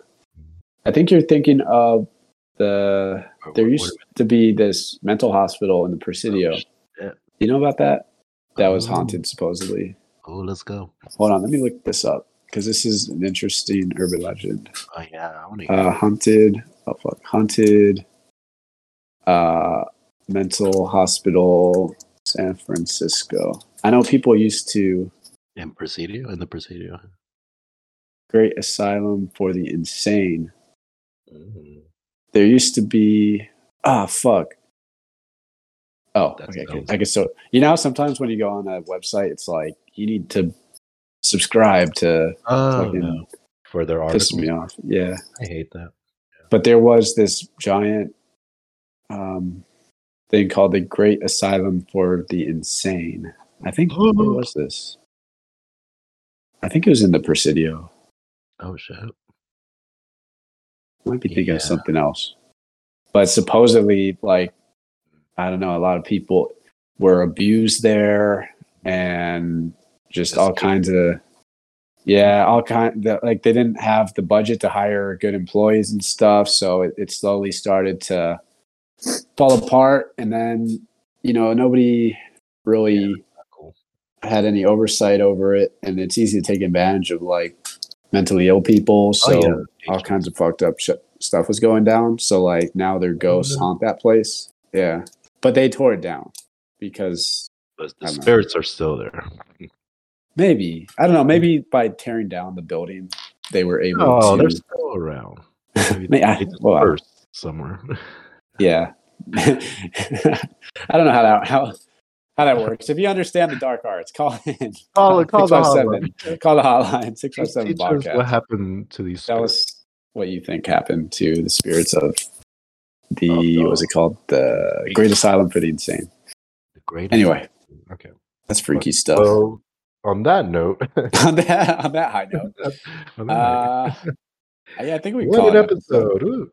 Speaker 1: I think you're thinking of the
Speaker 2: or
Speaker 1: There
Speaker 2: what-
Speaker 1: used
Speaker 2: what-
Speaker 1: to be this mental hospital in the Presidio.
Speaker 2: shit.
Speaker 1: You know about that? That was
Speaker 2: Oh.
Speaker 1: haunted, supposedly.
Speaker 2: Oh, let's go.
Speaker 1: Hold on, let me look this up because this is an interesting urban legend.
Speaker 2: Oh yeah, I want to.
Speaker 1: Uh, haunted, oh fuck, haunted uh, mental hospital, San Francisco. I know people used to
Speaker 2: and Presidio and the Presidio.
Speaker 1: great asylum for the insane.
Speaker 2: Mm,
Speaker 1: There used to be ah fuck. Oh,
Speaker 2: That's-
Speaker 1: okay.
Speaker 2: that
Speaker 1: okay.
Speaker 2: was-
Speaker 1: I guess so. You know, how sometimes when you go on a website, it's like you need to subscribe to
Speaker 2: Oh
Speaker 1: fucking
Speaker 2: no, for their
Speaker 1: piss
Speaker 2: articles.
Speaker 1: me off. Yeah,
Speaker 2: I hate that.
Speaker 1: but there was this giant um, thing called the Great Asylum for the Insane. I think where was this? I think it was in the Presidio.
Speaker 2: Oh shit.
Speaker 1: might be thinking
Speaker 2: Yeah.
Speaker 1: of something else. But supposedly, like, I don't know, a lot of people were abused there and just
Speaker 2: That's
Speaker 1: all
Speaker 2: cool.
Speaker 1: kinds of, yeah, all kind the like they didn't have the budget to hire good employees and stuff. So it, it slowly started to fall apart. And then you know, nobody really
Speaker 2: cool.
Speaker 1: had any oversight over it, and it's easy to take advantage of like mentally ill people. So
Speaker 2: Oh, yeah.
Speaker 1: all kinds of fucked up shit stuff was going down. So like now their ghosts
Speaker 2: Mhm.
Speaker 1: haunt that place. Yeah, but they tore it down because
Speaker 2: But
Speaker 1: I
Speaker 2: the
Speaker 1: don't know.
Speaker 2: spirits are still there.
Speaker 1: maybe I don't know. Maybe by tearing down the building, they were able.
Speaker 2: Oh,
Speaker 1: to,
Speaker 2: they're still around.
Speaker 1: *laughs*
Speaker 2: Maybe
Speaker 1: May I-
Speaker 2: they dispersed
Speaker 1: well, I-
Speaker 2: somewhere.
Speaker 1: Yeah. *laughs* I don't know how that how how that works. If you understand the dark arts, *laughs* call in.
Speaker 2: *laughs* Call- call the
Speaker 1: 657. Call the hotline six five
Speaker 2: Just
Speaker 1: seven
Speaker 2: teach us what
Speaker 1: podcast.
Speaker 2: happened to these
Speaker 1: Tell
Speaker 2: spirits.
Speaker 1: us what you think happened to the spirits of
Speaker 2: Oh,
Speaker 1: the what was it called? The Great Asylum for the Insane.
Speaker 2: The great
Speaker 1: Anyway,
Speaker 2: Okay.
Speaker 1: that's freaky stuff.
Speaker 2: So on that
Speaker 1: *laughs*
Speaker 2: note, *laughs*
Speaker 1: on that on that high note.
Speaker 2: on that note,
Speaker 1: Uh, yeah, I think we
Speaker 2: what
Speaker 1: called
Speaker 2: an
Speaker 1: it.
Speaker 2: episode. Ooh.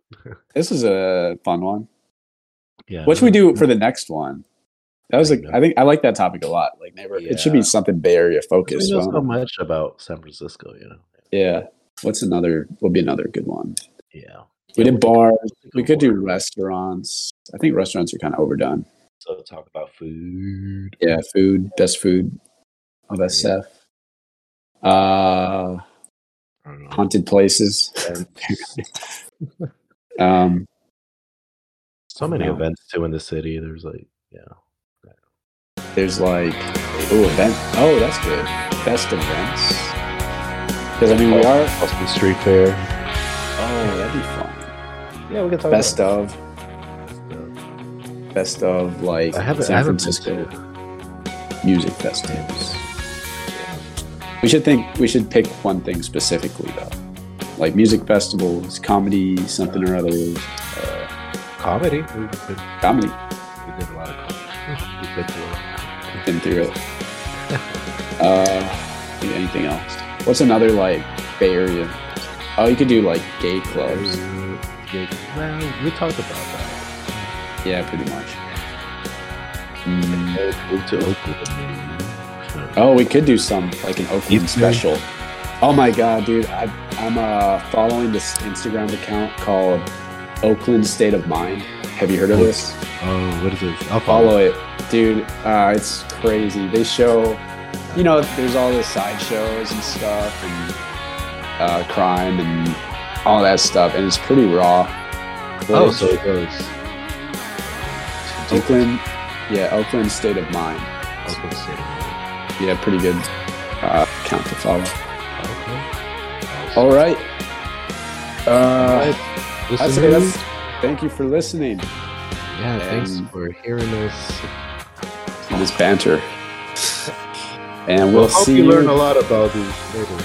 Speaker 1: This was a fun one.
Speaker 2: Yeah.
Speaker 1: What should we do for the next one? That was
Speaker 2: I
Speaker 1: like
Speaker 2: know.
Speaker 1: I think I like that topic a lot. Like neighborhood, it should be
Speaker 2: Yeah.
Speaker 1: something Bay Area
Speaker 2: We
Speaker 1: focused.
Speaker 2: know
Speaker 1: won't
Speaker 2: so
Speaker 1: it?
Speaker 2: much about San Francisco, you know.
Speaker 1: yeah. What's another? Would be another good one.
Speaker 2: Yeah.
Speaker 1: We
Speaker 2: Yeah,
Speaker 1: did bars.
Speaker 2: could-
Speaker 1: We could do restaurants. I think restaurants are kind of overdone.
Speaker 2: So talk about food.
Speaker 1: Yeah, food, best food, all that
Speaker 2: Yeah.
Speaker 1: stuff. Uh,
Speaker 2: I don't know.
Speaker 1: haunted places.
Speaker 2: And
Speaker 1: Um,
Speaker 2: so many
Speaker 1: Wow.
Speaker 2: events too in the city. There's like, yeah.
Speaker 1: there's like oh event. Oh, that's good. Best events. Because I mean, we are.
Speaker 2: Austin Street Fair.
Speaker 1: Oh, that'd be fun.
Speaker 2: Yeah, we can talk
Speaker 1: Best
Speaker 2: about
Speaker 1: of.
Speaker 2: stuff.
Speaker 1: best of like
Speaker 2: I haven't, I
Speaker 1: San
Speaker 2: haven't been
Speaker 1: Francisco
Speaker 2: to-
Speaker 1: music festivals. We should think we should pick one thing specifically though, like music festivals, comedy, something or other, uh,
Speaker 2: comedy. We've been, we did a
Speaker 1: comedy.
Speaker 2: lot of comedy. We've been to a lot.
Speaker 1: Been through it. *laughs* Uh, think anything else? What's another like Bay Area? Oh, you could do like gay clubs.
Speaker 2: Yeah, Well, we talked about that.
Speaker 1: Yeah, pretty much. Mm.
Speaker 2: Move to Oakland.
Speaker 1: Oh, we could do some like an Oakland
Speaker 2: Eat
Speaker 1: special. Oh my god, dude! I, I'm uh, following this Instagram account called Oakland State of Mind. Have you heard of this?
Speaker 2: Oh, what is this? I'll
Speaker 1: Follow it, dude. Uh, it's crazy. They show, you know, there's all the sideshows and stuff, and uh, crime and all that stuff, and it's pretty raw.
Speaker 2: Oh,
Speaker 1: Footage.
Speaker 2: so it goes.
Speaker 1: Oakland, yeah, Oakland State of Mind.
Speaker 2: Oakland City.
Speaker 1: Yeah, pretty good uh, account to follow.
Speaker 2: Okay.
Speaker 1: All right. Uh,
Speaker 2: This
Speaker 1: I'd
Speaker 2: is
Speaker 1: say that's, thank you for listening
Speaker 2: Yeah, thanks
Speaker 1: and-
Speaker 2: for hearing us.
Speaker 1: to this banter.
Speaker 2: *laughs*
Speaker 1: And we'll,
Speaker 2: hope
Speaker 1: see
Speaker 2: you
Speaker 1: you.
Speaker 2: learn a lot about these neighborhoods.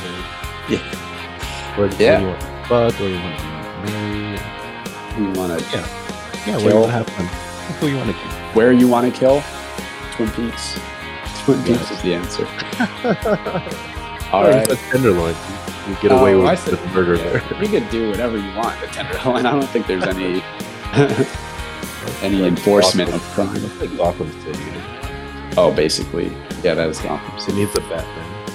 Speaker 2: Where,
Speaker 1: Yeah.
Speaker 2: where you want to fuck, where you want to be married.
Speaker 1: you wanna,
Speaker 2: Yeah,
Speaker 1: Kill.
Speaker 2: wanna have fun. Who you want to kill.
Speaker 1: where you want to kill? Twin Peaks. Twin
Speaker 2: Yes.
Speaker 1: Peaks is the *laughs* answer. All right.
Speaker 2: That's tenderloin. You get away
Speaker 1: Oh, I
Speaker 2: with
Speaker 1: see.
Speaker 2: the murder there.
Speaker 1: Yeah, you could do whatever you want at Tenderloin. I don't think there's any *laughs* any
Speaker 2: Like
Speaker 1: enforcement of
Speaker 2: Gotham-
Speaker 1: crime.
Speaker 2: It's like Gotham City.
Speaker 1: Oh, basically, yeah, that is Gotham
Speaker 2: It
Speaker 1: City.
Speaker 2: needs a Batman.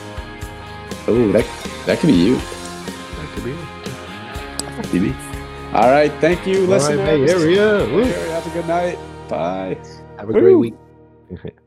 Speaker 1: Oh, that that could be you.
Speaker 2: That could be it.
Speaker 1: Could be me. All right. Thank you,
Speaker 2: All right,
Speaker 1: listeners.
Speaker 2: Bay Area. Woo.
Speaker 1: Have a good night. Bye.
Speaker 2: Have a great
Speaker 1: Woo.
Speaker 2: week. *laughs*